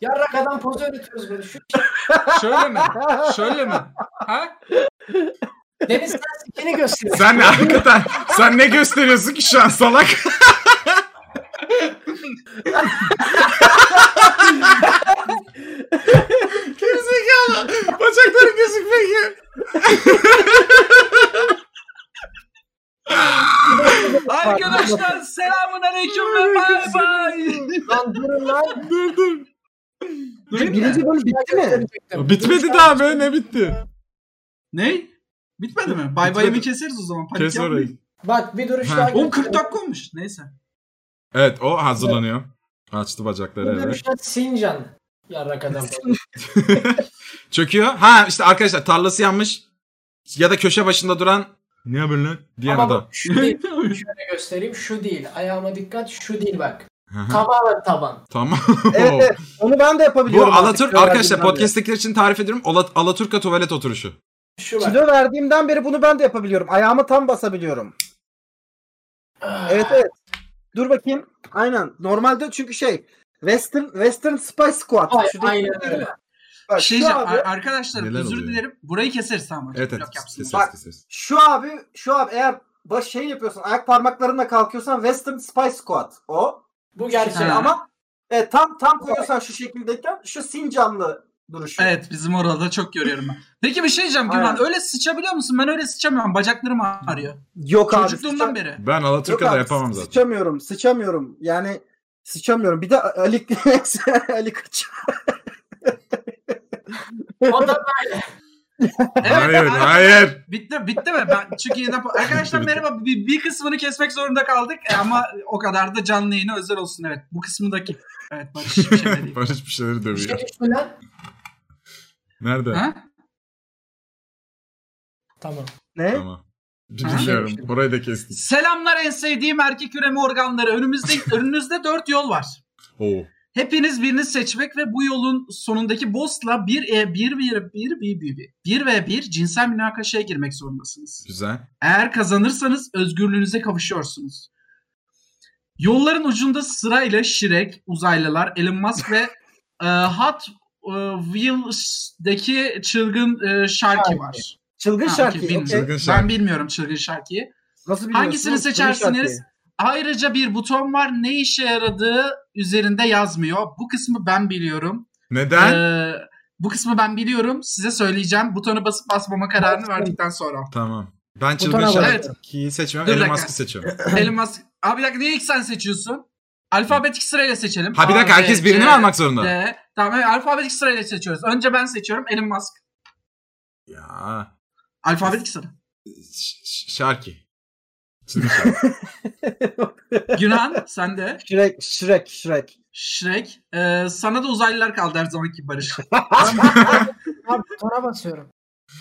S5: Yarrak adam pozu öğretiyoruz böyle. Şu,
S2: Şöyle mi? Şöyle mi? Ha?
S5: Deniz sen sikini gösteriyor.
S3: Sen ne hakikaten sen ne gösteriyorsun ki şu an salak? Gerizekalı. Bacakları gözükmüyor.
S2: Arkadaşlar selamun aleyküm ve bay bay.
S5: Lan durun lan.
S3: Dur dur.
S4: Birinci bölüm bitti mi?
S3: Bitmedi daha be ne bitti?
S2: Ne? Bitmedi mi? Bay
S3: Bitmedi.
S2: bayımı keseriz o zaman. Panik
S3: Kes orayı.
S2: yapmayın.
S5: Bak bir duruş
S3: Ha.
S5: daha.
S2: Oğlum 40 dakika olmuş. Neyse.
S3: Evet o hazırlanıyor. Açtı bacakları
S5: Bir şey.
S3: evet.
S5: duruşta Sincan. Yarrak adam pozu.
S3: Çöküyor. Ha işte arkadaşlar tarlası yanmış. Ya da köşe başında duran ne haber lan diyen
S5: Ama
S3: adam.
S5: bak şu değil. Şöyle göstereyim. Şu değil. Ayağıma dikkat. Şu değil bak.
S3: Hı hı.
S5: Tamamen taban.
S3: Tamam.
S4: Evet, evet. Onu ben de
S3: Bu
S4: yapabiliyorum. artık.
S3: Alaturk
S4: Kilo
S3: arkadaşlar
S4: verdiğimden beri.
S3: podcast'tekiler için tarif ediyorum. Ola- Alaturka tuvalet oturuşu.
S5: Şu bak.
S4: Kilo verdiğimden beri bunu ben de yapabiliyorum. Ayağımı tam basabiliyorum.
S5: Ah.
S4: Evet evet. Dur bakayım. Aynen. Normalde çünkü şey Western Western Spy Squad.
S5: Ay,
S4: Şuradaki-
S5: aynen öyle.
S4: Bak,
S2: şey
S4: şu,
S2: diyeceğim,
S4: abi,
S2: ar- arkadaşlar
S3: Neler
S2: özür
S3: oluyor?
S2: dilerim. Burayı keseriz tamam.
S3: Evet evet.
S2: Blok yapsınlar.
S3: Keseriz keseriz.
S4: şu abi şu abi eğer baş şey yapıyorsan ayak parmaklarınla kalkıyorsan Western Spy Squad o. Şey,
S5: Bu gerçek.
S2: Ha.
S4: Ama e, tam tam koyuyorsan şu şekildeyken şu sincanlı duruşu.
S2: Evet bizim orada çok görüyorum ben. Peki bir şey diyeceğim Gürhan.
S4: Aynen.
S2: Öyle sıçabiliyor musun? Ben öyle sıçamıyorum. Bacaklarım ağrıyor.
S4: Yok abi.
S2: Çocukluğumdan
S4: sıça-
S2: beri.
S3: Ben Alaturka'da
S4: Yok abi,
S3: yapamam
S4: sı-
S3: zaten.
S4: Sıçamıyorum, sıçamıyorum. Yani sıçamıyorum. Bir de Ali Ali Kıç.
S5: O da
S3: Hayır
S2: ben-
S3: hayır.
S2: Bitti, bitti mi? Ben çünkü yine... Arkadaşlar
S3: Bitti, bitti.
S2: merhaba. Bir, bir kısmını kesmek zorunda kaldık. E, ama o kadar da canlı yayına özel olsun. Evet bu kısmındaki. Evet Barış bir şey de değil.
S3: Barış bir şeyleri
S5: bir şey
S3: dövüyor.
S5: düştü lan.
S3: Nerede?
S2: ha?
S5: Tamam.
S4: Ne?
S3: Tamam.
S2: Ha?
S3: Biliyorum. Orayı da kestik.
S2: Selamlar en sevdiğim erkek üreme organları. Önümüzde, önünüzde dört yol var.
S3: Oo.
S2: Hepiniz birini seçmek ve bu yolun sonundaki boss'la 1 e 1 1 1 1 1 1 ve 1 cinsel münakaşaya girmek zorundasınız.
S3: Güzel.
S2: Eğer kazanırsanız özgürlüğünüze kavuşuyorsunuz. Yolların ucunda sırayla Shrek, uzaylılar, Elon Musk ve e, Hot e, Wheels'deki çılgın e, şarkı var.
S4: Çılgın
S2: Ha,
S4: şarkı.
S2: okey, bilmiyorum.
S4: okey.
S3: Çılgın
S2: Ben
S3: şarkı.
S2: bilmiyorum çılgın şarkıyı.
S4: Nasıl biliyorsun?
S2: Hangisini
S4: Çılgın
S2: seçersiniz?
S4: şarkı.
S2: Ayrıca bir buton var. Ne işe yaradığı üzerinde yazmıyor. Bu kısmı ben biliyorum.
S3: Neden?
S2: Ee, bu kısmı ben biliyorum. Size söyleyeceğim. Butona basıp basmama kararını verdikten sonra.
S3: Tamam. Ben
S5: Butona
S3: çılgın
S5: bak.
S3: şarkıyı seçmiyorum.
S2: Dur
S3: Elon
S2: dakika.
S3: Musk'ı seçiyorum.
S2: Elon Musk... Abi bir dakika niye ilk sen seçiyorsun? Alfabetik sırayla seçelim.
S3: Ha bir dakika
S2: A, B,
S3: herkes
S2: C,
S3: birini mi almak zorunda?
S2: D. Tamam evet, alfabetik sırayla seçiyoruz. Önce ben seçiyorum Elon Musk.
S3: Ya.
S2: Alfabetik sıra.
S3: ş- ş- şey, Şarkı. Çılgın şarkı.
S2: Yunan sen de.
S4: Shrek, Shrek, Shrek.
S2: Shrek. Ee, sana da uzaylılar kaldı her zamanki Barış.
S5: Abi butona basıyorum.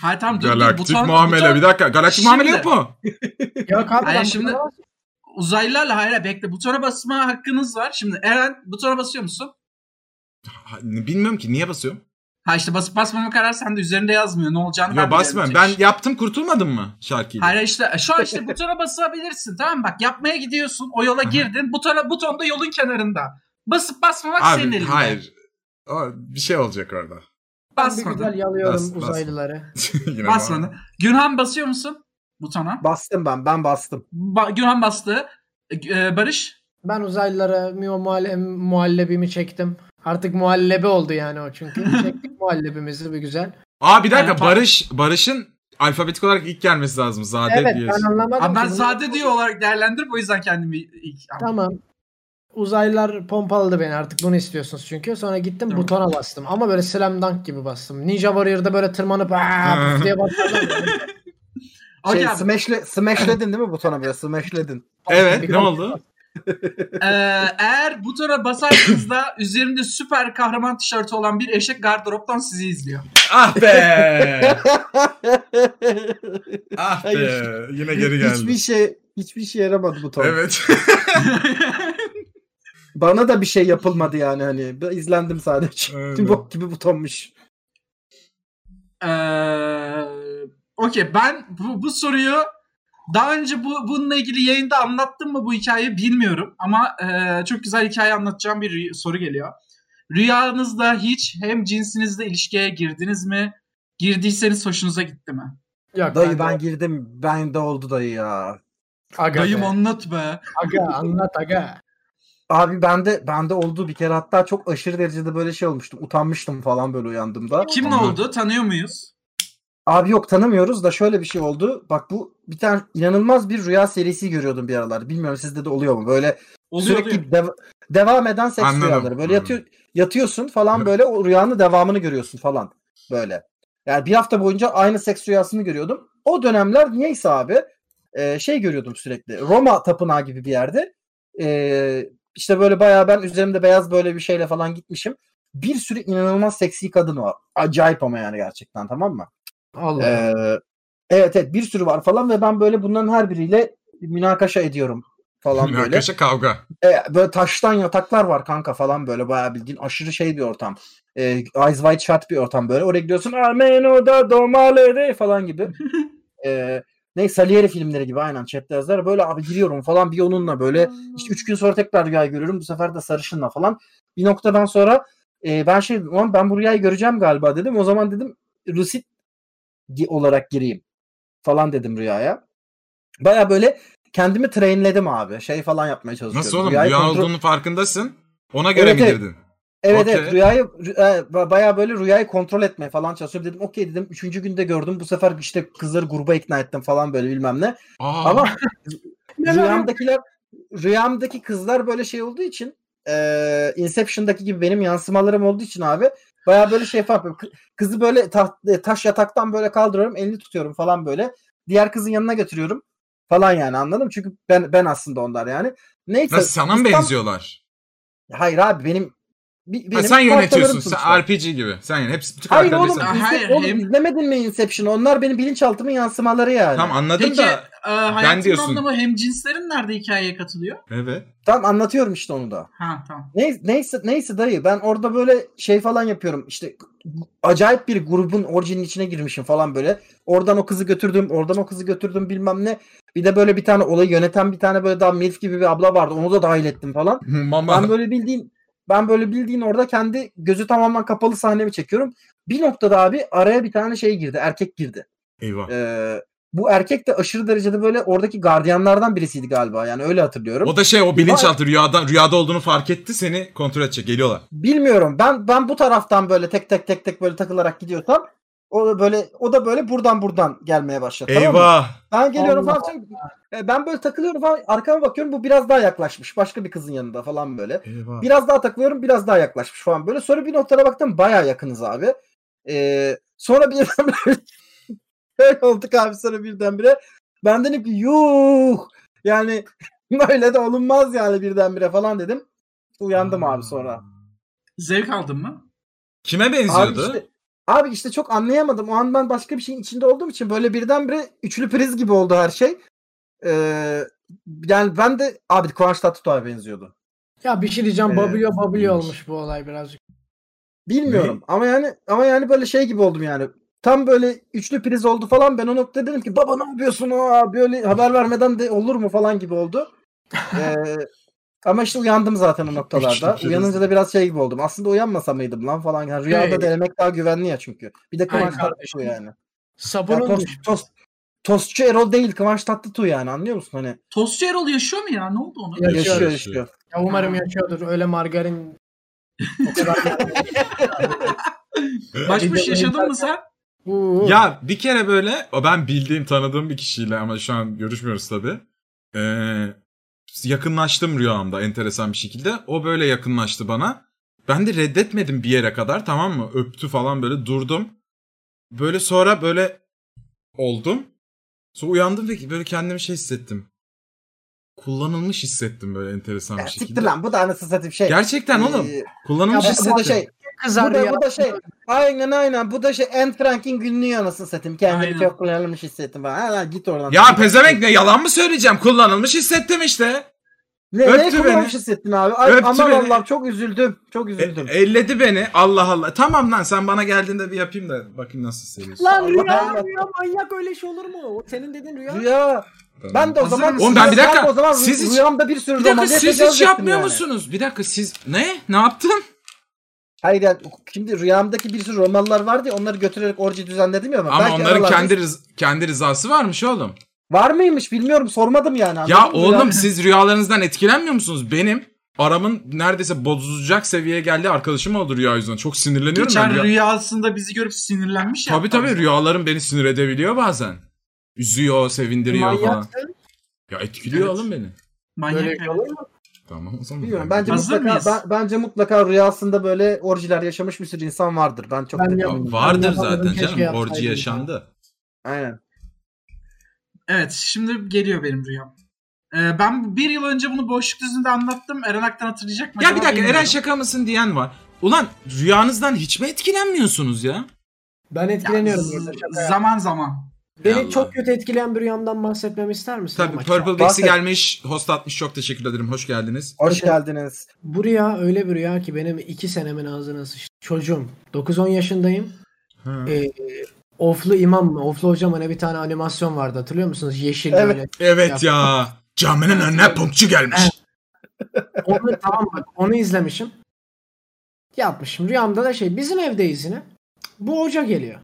S2: Hayır tamam dur, dur.
S3: Galaktik
S2: buton-
S3: muamele.
S2: buton-
S3: Bir dakika. Galaktik
S2: Şimdi-
S3: muamele yok mu?
S5: Yok abi
S2: Hayır,
S5: ben
S2: şimdi-
S5: butona basıyorum.
S2: Uzaylılarla hayır hayır, bekle. Butona basma hakkınız var. Şimdi Eren butona basıyor musun?
S3: Ha, Bilmiyorum ki. Niye basıyorum?
S2: Ha işte basıp basmama karar sende üzerinde yazmıyor. Ne olacağını
S3: Yo
S2: ben
S3: basmıyorum. Ben
S2: biliyorum.
S3: yaptım kurtulmadım mı şarkıyla?
S2: Hayır işte şu an işte butona basabilirsin tamam mı? Bak yapmaya gidiyorsun o yola girdin butona buton da yolun kenarında. Basıp basmamak senin
S3: Abi
S2: elinde.
S3: hayır. Aa, bir şey olacak orada.
S5: Ben bir
S2: Basmadın.
S5: güzel yalıyorum
S3: Bas- bas.
S5: uzaylıları.
S3: Yine var.
S2: Basmadın. Günhan basıyor musun butona?
S4: Bastım ben, ben bastım.
S2: Ba- Günhan bastı. Ee, Barış?
S5: Ben uzaylılara mio muhalle- muhallebimi çektim. Artık muhallebi oldu yani o çünkü. Çektik muhallebimizi bir güzel.
S3: Aa bir dakika
S2: Yani-
S3: Barış Barış'ın alfabetik olarak ilk gelmesi lazım Zade
S5: evet
S3: diye.
S5: ben anlamadım.
S2: Abi ben
S5: ki bunu-
S2: sade diyor olarak değerlendirip o yüzden kendimi ilk...
S5: Tamam. Uzaylılar pompaladı beni artık bunu istiyorsunuz çünkü. Sonra gittim
S2: Tamam.
S5: butona bastım ama böyle slam dunk gibi bastım. Ninja Warrior'da böyle tırmanıp aaa diye bastım.
S2: Okey
S4: Şey,
S2: abi.
S4: smashle, smashledin değil mi butona böyle? Smashledin.
S3: Evet ne oldu?
S2: Ee, eğer butona basarsanız da üzerinde süper kahraman tişörtü olan bir eşek gardıroptan sizi izliyor.
S3: ah be! ah be! Yine geri
S4: hiçbir
S3: geldi.
S4: şey hiçbir şey yaramadı buton.
S3: Evet.
S4: Bana da bir şey yapılmadı yani hani. Ben izlendim sadece.
S3: Aynen.
S4: Bok gibi butonmuş.
S2: Ee, Okey ben bu, bu soruyu Daha önce bu bununla ilgili yayında anlattım mı bu hikayeyi bilmiyorum ama e, çok güzel hikaye anlatacağım bir rü- soru geliyor. Rüyanızda hiç hem cinsinizle ilişkiye girdiniz mi? Girdiyseniz hoşunuza gitti mi?
S5: Yok,
S4: Dayı
S5: ben
S4: ben girdim. Bende oldu dayı ya.
S5: aga
S2: Dayım
S5: be.
S2: anlat be.
S5: Aga anlat aga.
S4: Abi bende bende oldu bir kere hatta çok aşırı derecede böyle şey olmuştum. Utanmıştım falan böyle uyandığımda.
S2: Kimle
S3: Anlat.
S2: oldu? Tanıyor muyuz?
S4: Abi yok tanımıyoruz da şöyle bir şey oldu. Bak bu bir tane inanılmaz bir rüya serisi görüyordum bir aralar. Bilmiyorum sizde de oluyor mu? Böyle
S2: Oluyor oluyor.
S4: sürekli dev- devam eden seks
S3: Anladım.
S4: rüyaları. Böyle
S3: Hı.
S4: yatıyor, yatıyorsun falan
S3: Hı.
S4: böyle o rüyanın devamını görüyorsun falan. Böyle. Yani bir hafta boyunca aynı seks rüyasını görüyordum. O dönemler niyeyse abi e, şey görüyordum sürekli. Roma tapınağı gibi bir yerde. E, işte böyle bayağı ben üzerimde beyaz böyle bir şeyle falan gitmişim. Bir sürü inanılmaz seksi kadın var. Acayip ama yani gerçekten tamam mı?
S5: Allah.
S4: Ee, evet evet bir sürü var falan ve ben böyle bunların her biriyle münakaşa ediyorum falan böyle.
S3: Münakaşa kavga.
S4: E, böyle taştan yataklar var kanka falan böyle bayağı bildiğin aşırı şey bir ortam. E, Eyes Wide Shut bir ortam böyle. Oraya gidiyorsun Ameno da Domale de" falan gibi. e, ne Salieri filmleri gibi aynen chatte yazar. Böyle abi giriyorum falan bir onunla böyle. İşte üç gün sonra tekrar rüya görüyorum. Bu sefer de sarışınla falan. Bir noktadan sonra e, ben şey dedim, "Ulan ben bu rüyayı göreceğim galiba dedim. O zaman dedim Lucid gi- olarak gireyim falan dedim rüyaya. Baya böyle kendimi trainledim abi. Şey falan yapmaya çalışıyorum.
S3: Nasıl oğlum?
S4: Rüyayı
S3: Rüya
S4: kontrol-
S3: olduğunu farkındasın. Ona göre
S4: Evet,
S3: mi
S4: evet.
S3: girdin?
S4: Evet
S3: Okey.
S4: evet rüyayı rü- e, ba- bayağı böyle rüyayı kontrol etmeye falan çalışıyorum. Dedim okey dedim. Üçüncü günde gördüm. Bu sefer işte kızları gruba ikna ettim falan böyle bilmem ne.
S3: Aa,
S4: Ama
S2: Neler yok?
S4: rüyamdakiler rüyamdaki kızlar böyle şey olduğu için e, Inception'daki gibi benim yansımalarım olduğu için abi bayağı böyle şey falan yapıyorum. Kı- Kızı böyle ta- e, taş yataktan böyle kaldırıyorum. Elini tutuyorum falan böyle. Diğer kızın yanına götürüyorum falan yani anladım. Çünkü ben ben aslında onlar yani. Neyse.
S3: nasıl sana mı
S4: İstanbul-
S3: benziyorlar?
S4: Hayır abi benim bi- benim
S3: Ha, sen
S4: parçalarım
S3: yönetiyorsun.
S4: sonuçta.
S3: Sen RPG gibi. Sen yani hepsi bütün
S4: Hayır
S3: karakterleri
S4: oğlum,
S3: sen-
S2: Ah,
S4: Incep-
S2: hayır,
S4: oğlum
S2: hem-
S4: izlemedin mi Inception'ı? Onlar benim bilinçaltımın yansımaları yani.
S3: Tamam
S4: Tamam,
S3: anladım
S2: Peki
S3: da.
S2: e, hayatın
S3: diyorsun.
S2: anlamı hem cinslerin nerede hikayeye katılıyor?
S3: Evet.
S4: anlatıyorum işte onu da.
S2: Ha tamam.
S4: Neyse, neyse neyse dayı ben orada böyle şey falan yapıyorum. İşte acayip bir grubun orijinin içine girmişim falan böyle. Oradan o kızı götürdüm, oradan o kızı götürdüm bilmem ne. Bir de böyle bir tane olayı yöneten bir tane böyle daha milf gibi bir abla vardı. Onu da dahil ettim falan.
S3: Mama.
S4: Ben böyle bildiğin ben böyle bildiğin orada kendi gözü tamamen kapalı sahnemi çekiyorum. Bir noktada abi araya bir tane şey girdi. Erkek girdi.
S3: Eyvah.
S4: Ee, bu erkek de aşırı derecede böyle oradaki gardiyanlardan birisiydi galiba. Yani öyle hatırlıyorum.
S3: O da şey o bilinçaltı rüyada rüyada olduğunu fark etti seni kontrol edecek geliyorlar.
S4: Bilmiyorum. Ben ben bu taraftan böyle tek tek tek tek böyle takılarak gidiyorsam o da böyle o da böyle buradan buradan gelmeye başladı. Tamam mı?
S3: Eyvah.
S4: Ben geliyorum
S5: Allah
S4: falan. E, Ben böyle takılıyorum falan. Arkama bakıyorum bu biraz daha yaklaşmış. Başka bir kızın yanında falan böyle.
S3: Eyvah.
S4: Biraz daha takılıyorum biraz daha yaklaşmış falan böyle. Sonra bir notlara baktım bayağı yakınız abi. Ee, sonra birden böyle- böyle olduk abi sonra birdenbire. Ben dedim ki yuh yani böyle de olunmaz yani birdenbire falan dedim. Uyandım
S3: Hmm.
S4: abi sonra.
S2: Zevk aldın mı?
S3: Kime
S4: Abi
S3: benziyordu?
S4: işte, abi işte çok anlayamadım. O an ben başka bir şeyin içinde olduğum için böyle birdenbire üçlü priz gibi oldu her şey. Ee, yani ben de abi Kıvanç Tatlıtuğ'a benziyordu.
S5: Ya bir şey diyeceğim.
S4: Ee,
S5: Babılıyor babılıyor
S3: bilmiyorum.
S5: olmuş bu olay birazcık.
S4: Bilmiyorum ama yani ama yani böyle şey gibi oldum yani. Tam böyle üçlü priz oldu falan ben o noktada dedim ki baba ne yapıyorsun Aa, böyle haber vermeden de olur mu falan gibi oldu. Ee, ama işte uyandım zaten o noktalarda.
S3: Üçlü priz.
S4: Uyanınca da biraz şey gibi oldum. Aslında uyanmasa mıydım lan falan. Yani rüyada
S5: Hey.
S4: denemek daha güvenli ya çünkü. Bir de Kıvanç
S5: Aynen.
S4: Tatlıtuğ yani. Ya
S5: Sabunun
S4: tost, tost, tostçu Erol değil Kıvanç Tatlıtuğ yani anlıyor musun? Hani
S2: Tostçu Erol yaşıyor mu ya? Ne oldu ona?
S5: Yaşıyor,
S4: yaşıyor
S3: yaşıyor.
S4: yaşıyor.
S5: Ya umarım yaşıyordur. Öyle margarin o kadar
S2: Baş
S5: Bir de-
S2: baş yaşadın mı sen?
S5: Uuu.
S3: Ya bir kere böyle o ben bildiğim tanıdığım bir kişiyle ama şu an görüşmüyoruz tabii. Ee, yakınlaştım rüyamda enteresan bir şekilde. O böyle yakınlaştı bana. Ben de reddetmedim bir yere kadar tamam mı? Öptü falan böyle durdum. Böyle sonra böyle oldum. Sonra uyandım ve böyle kendimi şey hissettim. Kullanılmış hissettim böyle enteresan
S4: Ya,
S3: bir
S4: siktir
S3: şekilde.
S4: lan bu da anasını satayım şey.
S3: Gerçekten oğlum.
S4: Ee, ya
S3: Kullanılmış
S4: bu, bu da
S3: hissettim.
S4: şey
S5: kızar
S4: bu da,
S5: ya.
S4: bu da şey. Aynen aynen. Bu da şey Anne Frank'in günlüğü anasını satayım. Kendimi
S2: Aynen.
S4: çok kullanılmış hissettim. falan. Ha, lan git oradan.
S3: Ya pezevenk ne yalan mı söyleyeceğim? Kullanılmış hissettim işte.
S4: Ne,
S3: Öptü
S4: ne
S3: beni.
S4: kullanmış hissettin abi? Ay,
S3: Öptü
S4: aman
S3: beni.
S4: Allah'ım çok üzüldüm. Çok
S3: E-
S4: üzüldüm.
S3: elledi beni. Allah Allah. Tamam lan sen bana geldiğinde bir yapayım da bakayım nasıl seviyorsun.
S5: Lan rüya,
S4: Allah.
S5: rüya manyak öyle şey olur mu? O senin dediğin rüya.
S4: Rüya.
S3: Tamam.
S4: Ben de o
S2: Hazır
S4: zaman
S2: mısın?
S3: Oğlum ben bir dakika,
S4: Ben de o zaman
S3: siz hiç-
S4: rüyamda bir sürü
S3: Bir dakika
S4: roman
S3: siz
S4: yapacağız
S3: hiç
S4: dedim
S3: yapmıyor
S4: yani.
S3: musunuz? Bir dakika siz ne? Ne yaptın?
S4: Hayır yani şimdi rüyamdaki bir sürü romanlar vardı ya onları götürerek orji düzenledim ya ama.
S3: Ama
S4: belki
S3: onların
S4: aralarda-
S3: kendi rız- kendi rızası varmış oğlum.
S4: Var mıymış bilmiyorum sormadım yani.
S3: Ya
S4: anladın mı?
S3: oğlum siz rüyalarınızdan etkilenmiyor musunuz? Benim aramın neredeyse bozulacak seviyeye geldi arkadaşım oldu rüya yüzünden. Çok sinirleniyorum ben.
S2: Geçen
S3: Rüya...
S2: rüyasında bizi görüp sinirlenmiş ya.
S3: Tabii tabii rüyalarım beni sinir edebiliyor bazen. Üzüyor, sevindiriyor falan.
S4: Manyaksın.
S3: Ya etkiliyor
S2: Evet.
S3: oğlum beni.
S2: Manyak.
S5: Böyle bir şey olur mu?
S3: Tamam o zaman.
S4: Bilmiyorum. Bence
S2: Hazır
S4: mutlaka
S2: mıyız?
S4: ben- bence mutlaka rüyasında böyle orjiler yaşamış bir sürü insan vardır. Ben çok
S5: Ben
S4: da-
S5: yap-
S3: Ya
S5: Yani ben
S3: vardır
S5: yapamadım,
S3: zaten
S5: keşke
S3: canım. Orcu
S5: yapsaydım.
S3: yaşandı.
S4: Aynen.
S2: Evet şimdi geliyor benim rüyam. Ee, ben bir yıl önce bunu boşluk düzünde anlattım. Eren Aktan hatırlayacak mı?
S3: Ya
S2: acaba
S3: bir dakika
S2: bilmiyorum.
S3: Eren şey- şaka mısın diyen var. Ulan rüyanızdan hiç mi etkilenmiyorsunuz ya?
S5: Ben
S2: Ya,
S5: etkileniyorum.
S2: z-
S5: burada, şaka ya.
S2: zaman zaman.
S5: Beni
S3: Yallah.
S5: çok kötü etkileyen bir rüyamdan bahsetmemi ister misin?
S3: Tabii
S5: Ama
S3: Purple
S5: ya,
S3: Bix'i
S4: Bahset.
S3: gelmiş, host atmış. Çok teşekkür ederim. Hoş geldiniz.
S4: Hoş
S5: Başka-
S4: geldiniz.
S5: Bu rüya öyle bir rüya ki benim iki senemin ağzına sıçtı. Çocuğum 9-10 yaşındayım.
S3: Ha.
S5: Ee, Oflu İmam mı? Oflu Hoca mı? Ne bir tane animasyon vardı hatırlıyor musunuz? Yeşil
S4: Evet.
S5: böyle.
S3: Evet ya. Caminin önüne punkçu gelmiş.
S5: Onu, tamam bak onu izlemişim. Yatmışım. Rüyamda da şey bizim evdeyiz yine. Bu hoca geliyor.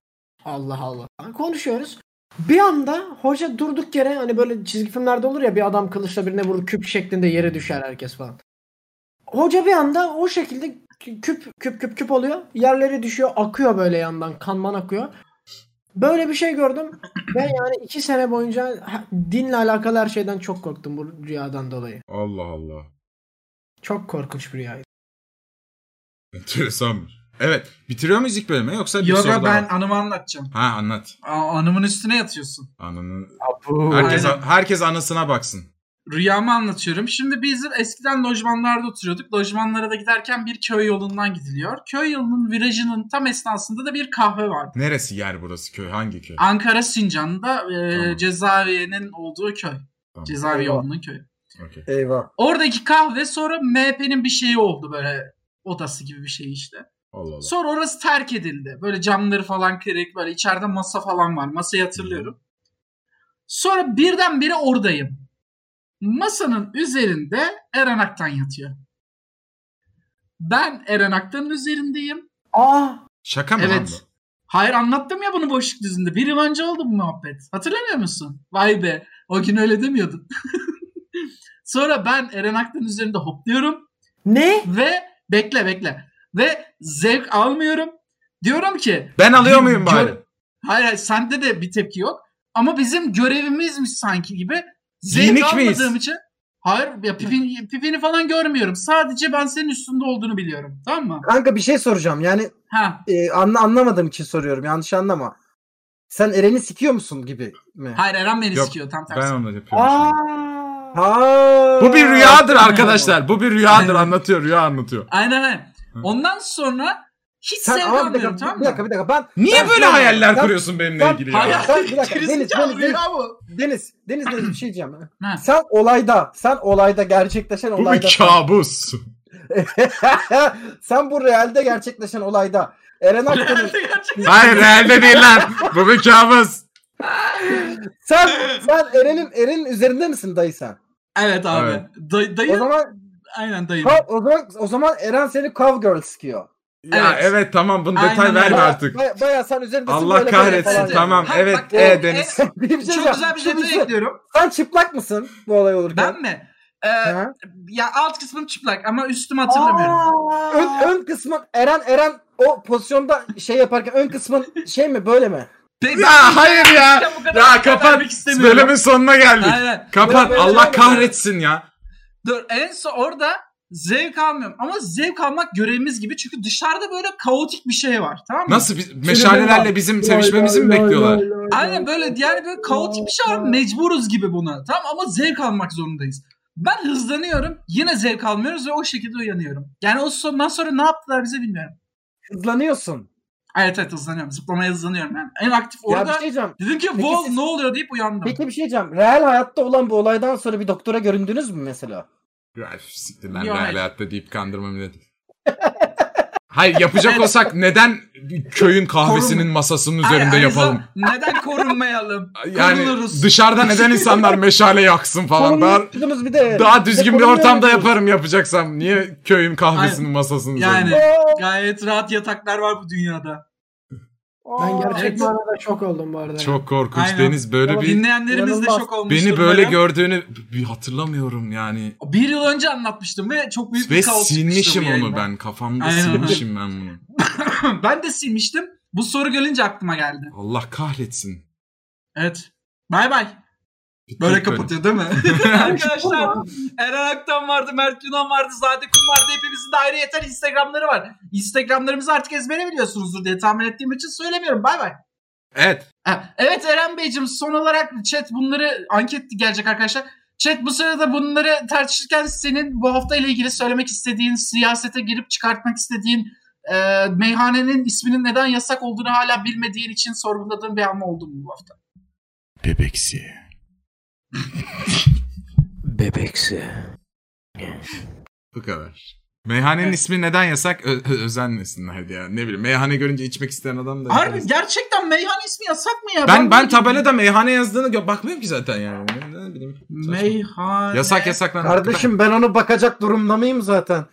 S5: Allah Allah. Konuşuyoruz. Bir anda hoca durduk yere hani böyle çizgi filmlerde olur ya bir adam kılıçla birine vurur küp şeklinde yere düşer herkes falan. Hoca bir anda o şekilde kü- küp küp küp küp oluyor. Yerlere düşüyor akıyor böyle yandan kanman akıyor. Böyle bir şey gördüm ve yani iki sene boyunca ha- dinle alakalı her şeyden çok korktum bu rüyadan dolayı.
S3: Allah Allah.
S5: Çok korkunç bir rüyaydı.
S3: Enteresanmış. Evet. Bitiriyor muyuz ilk bölümü yoksa bir
S2: Yok
S3: soru daha
S2: ben
S3: var?
S2: anımı anlatacağım.
S3: Ha anlat.
S2: Aa, anımın üstüne yatıyorsun.
S3: Ananın...
S5: Herkes-
S3: Herkes,
S2: Aynen.
S3: herkes anasına baksın.
S2: Rüyamı anlatıyorum. Şimdi biz eskiden lojmanlarda oturuyorduk. Lojmanlara da giderken bir köy yolundan gidiliyor. Köy yolunun virajının tam esnasında da bir kahve vardı.
S3: Neresi yer burası köy? Hangi köy?
S2: Ankara Sincan'da e,
S3: Tamam.
S2: cezaevinin olduğu köy.
S3: Tamam.
S2: Cezaevi
S4: Eyvah.
S2: yolunun köyü.
S3: Okey.
S4: Eyvah.
S2: Oradaki kahve sonra MHP'nin bir şeyi oldu böyle odası gibi bir şey işte.
S3: Allah Allah.
S2: Sonra orası terk edildi. Böyle camları falan kırık böyle içeride masa falan var. Masayı hatırlıyorum. Sonra birdenbire oradayım. Masanın üzerinde Eren Aktan yatıyor. Ben Eren Aktan'ın üzerindeyim.
S5: Aa,
S3: Şaka mı lan
S2: evet.
S3: bu?
S2: Hayır anlattım ya bunu boşluk düzünde. Bir yıl önce oldu bu muhabbet. Hatırlamıyor musun? Vay be. O gün öyle demiyordun. Sonra ben Eren Aktan'ın üzerinde hopluyorum.
S5: ne?
S2: Ve bekle bekle. Ve zevk almıyorum. Diyorum ki
S3: Ben alıyor
S2: Bir-
S3: muyum bari?
S2: gör- hayır, hayır sende de bir tepki yok. Ama bizim görevimizmiş sanki gibi. Zevk
S3: Giyinik
S2: almadığım
S3: miyiz?
S2: için hayır ya pipin, pipini falan görmüyorum. Sadece ben senin üstünde olduğunu biliyorum. Tamam mı?
S4: Kanka bir şey soracağım. Yani
S2: Ha.
S4: e, anla, anlamadığım için soruyorum. Yanlış anlama. Sen Eren'i sikiyor musun gibi mi?
S2: Hayır Eren beni
S3: Yok,
S2: sikiyor tam tersi.
S3: Ben onu yapıyorum.
S5: Aa.
S3: şimdi.
S4: Ha.
S3: Bu bir rüyadır arkadaşlar. Bu bir rüyadır. Anlatıyor rüya anlatıyor.
S2: Aynen aynen.
S3: Hı.
S2: Ondan sonra hiç
S4: Sen
S2: zevk
S4: ama bir
S2: almıyorum
S4: dakika,
S2: tamam
S4: bir
S2: mı?
S4: dakika, bir dakika. Ben
S3: Niye
S4: Ben-
S3: böyle
S4: Ben-
S3: hayaller
S4: Ben-
S3: kuruyorsun benimle
S4: Ben-
S3: ilgili
S2: Hayır,
S3: ya?
S4: Hayır. Sen- bir dakika,
S2: Geri
S4: Deniz,
S2: zekalı
S4: Deniz, Deniz.
S2: ya bu.
S4: Deniz, Deniz Deniz bir şey diyeceğim.
S2: Ha.
S4: Sen olayda, sen olayda gerçekleşen
S3: Bu bir
S4: olayda.
S3: kabus.
S4: sen bu realde gerçekleşen olayda Eren Aktan'ın
S2: Gerçekten.
S3: Hayır realde değil lan. Bu bir kabus.
S4: sen sen Eren'in Eren'in üzerinde misin dayı sen?
S2: Evet abi.
S3: Evet.
S2: Day- dayı
S4: O zaman
S2: aynen dayı.
S4: kav- o zaman o zaman Eren seni cowgirl sikiyor.
S3: Ya evet,
S2: Evet.
S3: tamam bunu
S2: Aynen
S3: detay
S2: öyle.
S3: verme
S4: Baya-
S3: artık.
S4: Baya, baya sen üzerindesin.
S3: Allah
S4: böyle böyle
S3: kahretsin
S4: falan.
S3: tamam
S2: Ha,
S3: evet
S2: bak,
S3: e
S2: o-
S3: Deniz.
S4: Bir şey
S2: Çok
S4: diyeceğim.
S2: güzel bir
S4: Şunu
S2: detay
S4: söyle-
S2: ekliyorum.
S4: Sen çıplak mısın bu olay olurken?
S2: Ben mi? Ee,
S4: Ha?
S2: ya alt kısmım çıplak ama üstümü hatırlamıyorum.
S4: Ön, ön kısmın Eren Eren o pozisyonda şey yaparken ön kısmın şey mi böyle mi?
S2: Be-
S3: Ya hayır ya.
S2: Ya bu kadar- bu
S3: Ya
S2: kadar
S3: kapat.
S2: vermek e, istemiyorum.
S3: Bölümün sonuna geldik.
S2: Aynen.
S3: Kapat
S4: Böyle-
S3: Allah
S4: böyle-
S3: kahretsin ya.
S2: Dur en son orada zevk almıyorum. Ama zevk almak görevimiz gibi çünkü dışarıda böyle kaotik bir şey var tamam mı?
S3: Nasıl biz- meşalelerle bizim sevişmemizi mi bekliyorlar?
S2: Aynen böyle yani böyle kaotik bir şey var mecburuz gibi buna tamam ama zevk almak zorundayız. Ben hızlanıyorum yine zevk almıyoruz ve o şekilde uyanıyorum. Yani o sondan sonra ne yaptılar bize bilmiyorum.
S4: Hızlanıyorsun.
S2: Evet evet hızlanıyorum zıplamaya hızlanıyorum yani. En aktif
S4: Ya bir
S2: orada
S4: şey diyeceğim.
S2: dedim ki
S4: Peki
S2: wow
S4: siz-
S2: ne oluyor deyip uyandım.
S4: Peki bir şey diyeceğim. Real hayatta olan bu olaydan sonra bir doktora göründünüz mü mesela?
S3: Ya siktir lan
S2: Yok,
S3: real
S2: hayır.
S3: hayatta deyip kandırma milleti. Hayır yapacak olsak neden köyün kahvesinin masasının üzerinde
S2: Ay, Arıza,
S3: yapalım?
S2: Neden korunmayalım?
S3: Yani
S2: Korunuruz.
S3: dışarıda neden insanlar meşale yaksın falan daha
S4: Korunmuşsunuz bir de.
S3: daha düzgün bir
S4: korunmuyor
S3: ortamda
S4: musunuz?
S3: yaparsam yapacaksam niye köyün kahvesinin masasının
S2: Yani
S3: üzerinde?
S2: gayet rahat yataklar var bu dünyada.
S5: Ben
S2: Evet.
S5: gerçek manada şok oldum bu arada.
S3: Çok korkunç
S2: Aynen.
S3: Deniz böyle
S5: Ama
S3: bir
S2: Dinleyenlerimiz de
S5: İnanılmaz.
S2: şok olmuştur.
S3: beni böyle
S2: baya.
S3: gördüğünü bir hatırlamıyorum yani.
S2: Bir yıl önce anlatmıştım ve çok büyük
S3: Ve
S2: bir kaos çıkmıştı
S3: silmişim
S2: bu
S3: onu
S2: yayında.
S3: ben kafamda
S2: Aynen.
S3: silmişim ben bunu.
S2: ben de silmiştim. Bu soru gelince aklıma geldi.
S3: Allah kahretsin.
S2: Evet. Bay bay.
S3: Bitti
S2: Böyle
S3: bölüm.
S2: kapatıyor değil mi? Arkadaşlar Eren Aktan vardı, Mert Yunan vardı, Zade Kum vardı. Hepimizin de ayrı yeter Instagramları var. Instagramlarımızı artık ezbere biliyorsunuzdur diye tahmin ettiğim için söylemiyorum. Bay bay.
S3: Evet.
S2: Ha, Evet Eren Beyciğim son olarak chat bunları anket gelecek arkadaşlar. Chat bu sırada bunları tartışırken senin bu hafta ile ilgili söylemek istediğin, siyasete girip çıkartmak istediğin e, meyhanenin isminin neden yasak olduğunu hala bilmediğin için sorguladığın bir an oldu mu bu hafta?
S3: Bebeksi.
S5: Bebeksi.
S3: Bu kadar. Meyhanenin ismi neden yasak? Ö- ö- özenmesinler ya. Ne bileyim. Meyhane görünce içmek isteyen adam da.
S2: Harbi gerçekten meyhane ismi yasak mı ya?
S3: Ben ben
S2: böyle-
S3: tabelada meyhane yazdığını gö- bakmıyorum ki zaten yani. Ne, ne bileyim. Saçma.
S2: Meyhane.
S3: Yasak yasak lan.
S4: Kardeşim ben onu bakacak durumda mıyım zaten?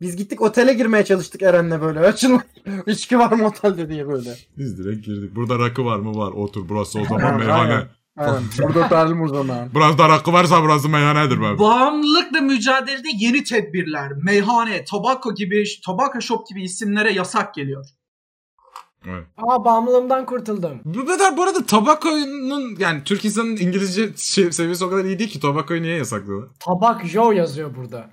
S4: Biz gittik otele girmeye çalıştık Eren'le böyle. Açın içki var mı otelde diye böyle.
S3: Biz direkt girdik. Burada rakı var mı? Var. Otur burası o zaman
S4: Aynen.
S3: meyhane.
S4: Aynen. Burada otelim o zaman.
S3: Biraz da rakı varsa burası meyhanedir be.
S2: Bağımlılıkla mücadelede yeni tedbirler, meyhane, tabako gibi, tabaka shop gibi isimlere yasak geliyor.
S3: Evet.
S5: Aa bağımlılığımdan kurtuldum.
S3: Bu kadar bu arada tabako'nun yani Türk insanın İngilizce şey- seviyesi o kadar iyi değil ki tabakoyu niye yasakladı?
S5: Tabak Joe yazıyor burada.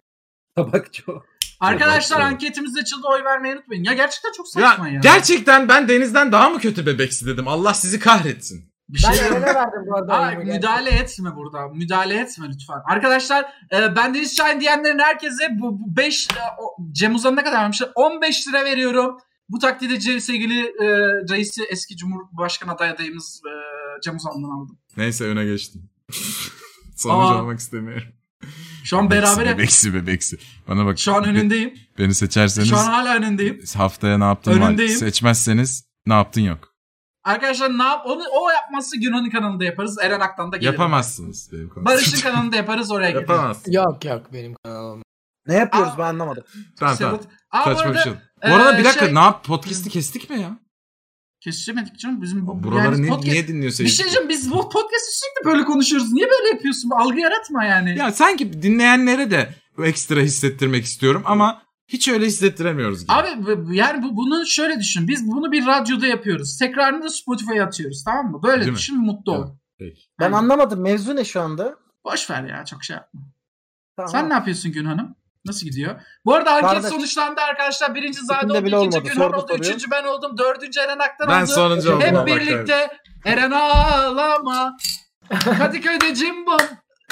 S4: Tabakçı o.
S2: Arkadaşlar
S3: evet.
S2: anketimiz açıldı oy vermeyi unutmayın. Ya gerçekten çok saçma
S3: Ya,
S2: ya.
S3: gerçekten ben Deniz'den daha mı kötü bebeksi dedim. Allah sizi kahretsin.
S2: Bir şey
S5: Ben Eren'e verdim bu arada.
S2: Aa,
S5: oyunu
S2: müdahale etme burada. Müdahale etme lütfen. Arkadaşlar e, ben Deniz Şahin diyenlerin herkese bu 5 Cem Uzan ne kadar vermişler? 15 lira veriyorum. Bu takdirde Ce- sevgili e, reisi eski Cumhurbaşkanı aday adayımız e, Cem Uzan'dan aldım.
S3: Neyse öne geçtim. Sonucu
S2: Aa.
S3: almak istemiyorum.
S2: Şu an beraber
S3: Bebeksi bebeksi. Bana bak.
S2: şu an önündeyim.
S3: Beni seçerseniz
S2: Şu an hala önündeyim.
S3: haftaya ne yaptın var.
S2: Önündeyim.
S3: Seçmezseniz ne yaptın yok.
S2: Arkadaşlar ne yap? Onu o yapması Günhan'ın kanalında yaparız. Eren Aktan da gelir.
S3: Yapamazsınız. benim şey. konuşmam.
S2: Barış'ın kanalında yaparız oraya gelir.
S3: Yapamazsın.
S5: Yok yok benim kanalım.
S4: Ne yapıyoruz
S2: Aa.
S4: ben anlamadım.
S3: Tamam
S2: İşte
S3: tamam.
S2: bu- şey Aa, bu
S3: Saçma bir
S2: arada
S3: şey. Bu arada
S2: Ee,
S3: bir dakika
S2: şey-
S3: ne yap? Podcast'i kestik mi ya?
S2: Kesişemedik canım. Bizim bu,
S3: Buraları
S2: yani
S3: ne,
S2: podcast-
S3: niye dinliyorsun?
S2: Bir şey diyeceğim biz bu podcast sürekli böyle konuşuyoruz. Niye böyle yapıyorsun? Algı yaratma yani.
S3: Ya sanki dinleyenlere de ekstra hissettirmek istiyorum ama hiç öyle hissettiremiyoruz gibi.
S2: Abi bu- bu- yani bu, bunu şöyle düşün. Biz bunu bir radyoda yapıyoruz. Tekrarını da Spotify'a atıyoruz tamam mı? Böyle
S3: Değil mi?
S2: düşün mutlu ol.
S3: Evet. Peki.
S4: Ben
S2: Aynen.
S4: anlamadım. Mevzu ne şu anda?
S2: Boş ver ya çok şey yapma.
S4: Tamam.
S2: Sen ne yapıyorsun Günhan'ım? Nasıl gidiyor? Bu arada anket
S4: Kardeş.
S2: sonuçlandı arkadaşlar. Birinci Zade
S4: Kimde
S2: oldu,
S4: bile
S2: ikinci
S4: olmadı.
S2: Günhan
S4: Sordu
S2: oldu,
S4: soruyu.
S2: üçüncü ben oldum, dördüncü Eren Aktan
S3: Ben
S2: oldu.
S3: sonuncu oldum.
S2: Hep
S3: Allah
S2: birlikte Eren ağlama. Kadıköy'de cimbom.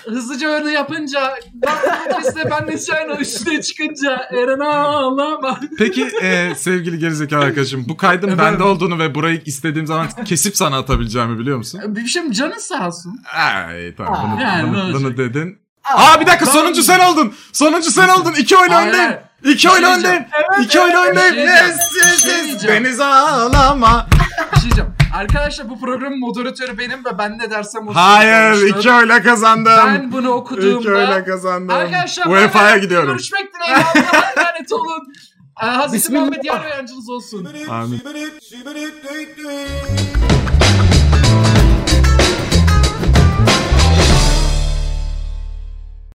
S2: Hızlıca öyle yapınca Batman'de ben de Şahin'e üstüne çıkınca Eren ağlama.
S3: Peki e, sevgili gerizekalı arkadaşım bu kaydın bende olduğunu ve burayı istediğim zaman kesip sana atabileceğimi biliyor musun?
S2: Bir şey mi? canın sağ olsun.
S3: Ay tamam bunu,
S2: Yani ne
S3: bunu,
S2: olacak?
S3: bunu dedin. Aa bir dakika sonuncu sen oldun. Sonuncu sen oldun. İki oyun
S2: Hayır,
S3: öndeyim.
S2: hayır.
S3: İki
S2: Bir
S3: oyun
S2: şey
S3: öndeyim. İki oyun
S2: evet, bir
S3: öndeyim.
S2: şey
S3: Yes
S2: diyeceğim.
S3: yes
S2: Bir şey
S3: yes.
S2: diyeceğim.
S3: Beniz ağlama.
S2: Bir şey diyeceğim. Arkadaşlar bu programın moderatörü benim ve ben ne dersem o.
S3: Hayır
S2: olmuştur.
S3: iki oyla kazandım.
S2: Ben bunu
S3: İki oyla
S2: okuduğumda
S3: kazandım.
S2: Arkadaşlar
S3: UEFA'ya
S2: beraber
S3: gidiyorum.
S2: Görüşmek dileğiyle. Allah'a emanet olun. Ee, Hazreti
S4: Bismillah.
S2: Muhammed yar ve yancınız olsun.
S1: Sübülüp,
S3: Amin.
S1: sübülüp, sübülüp, düy, düy.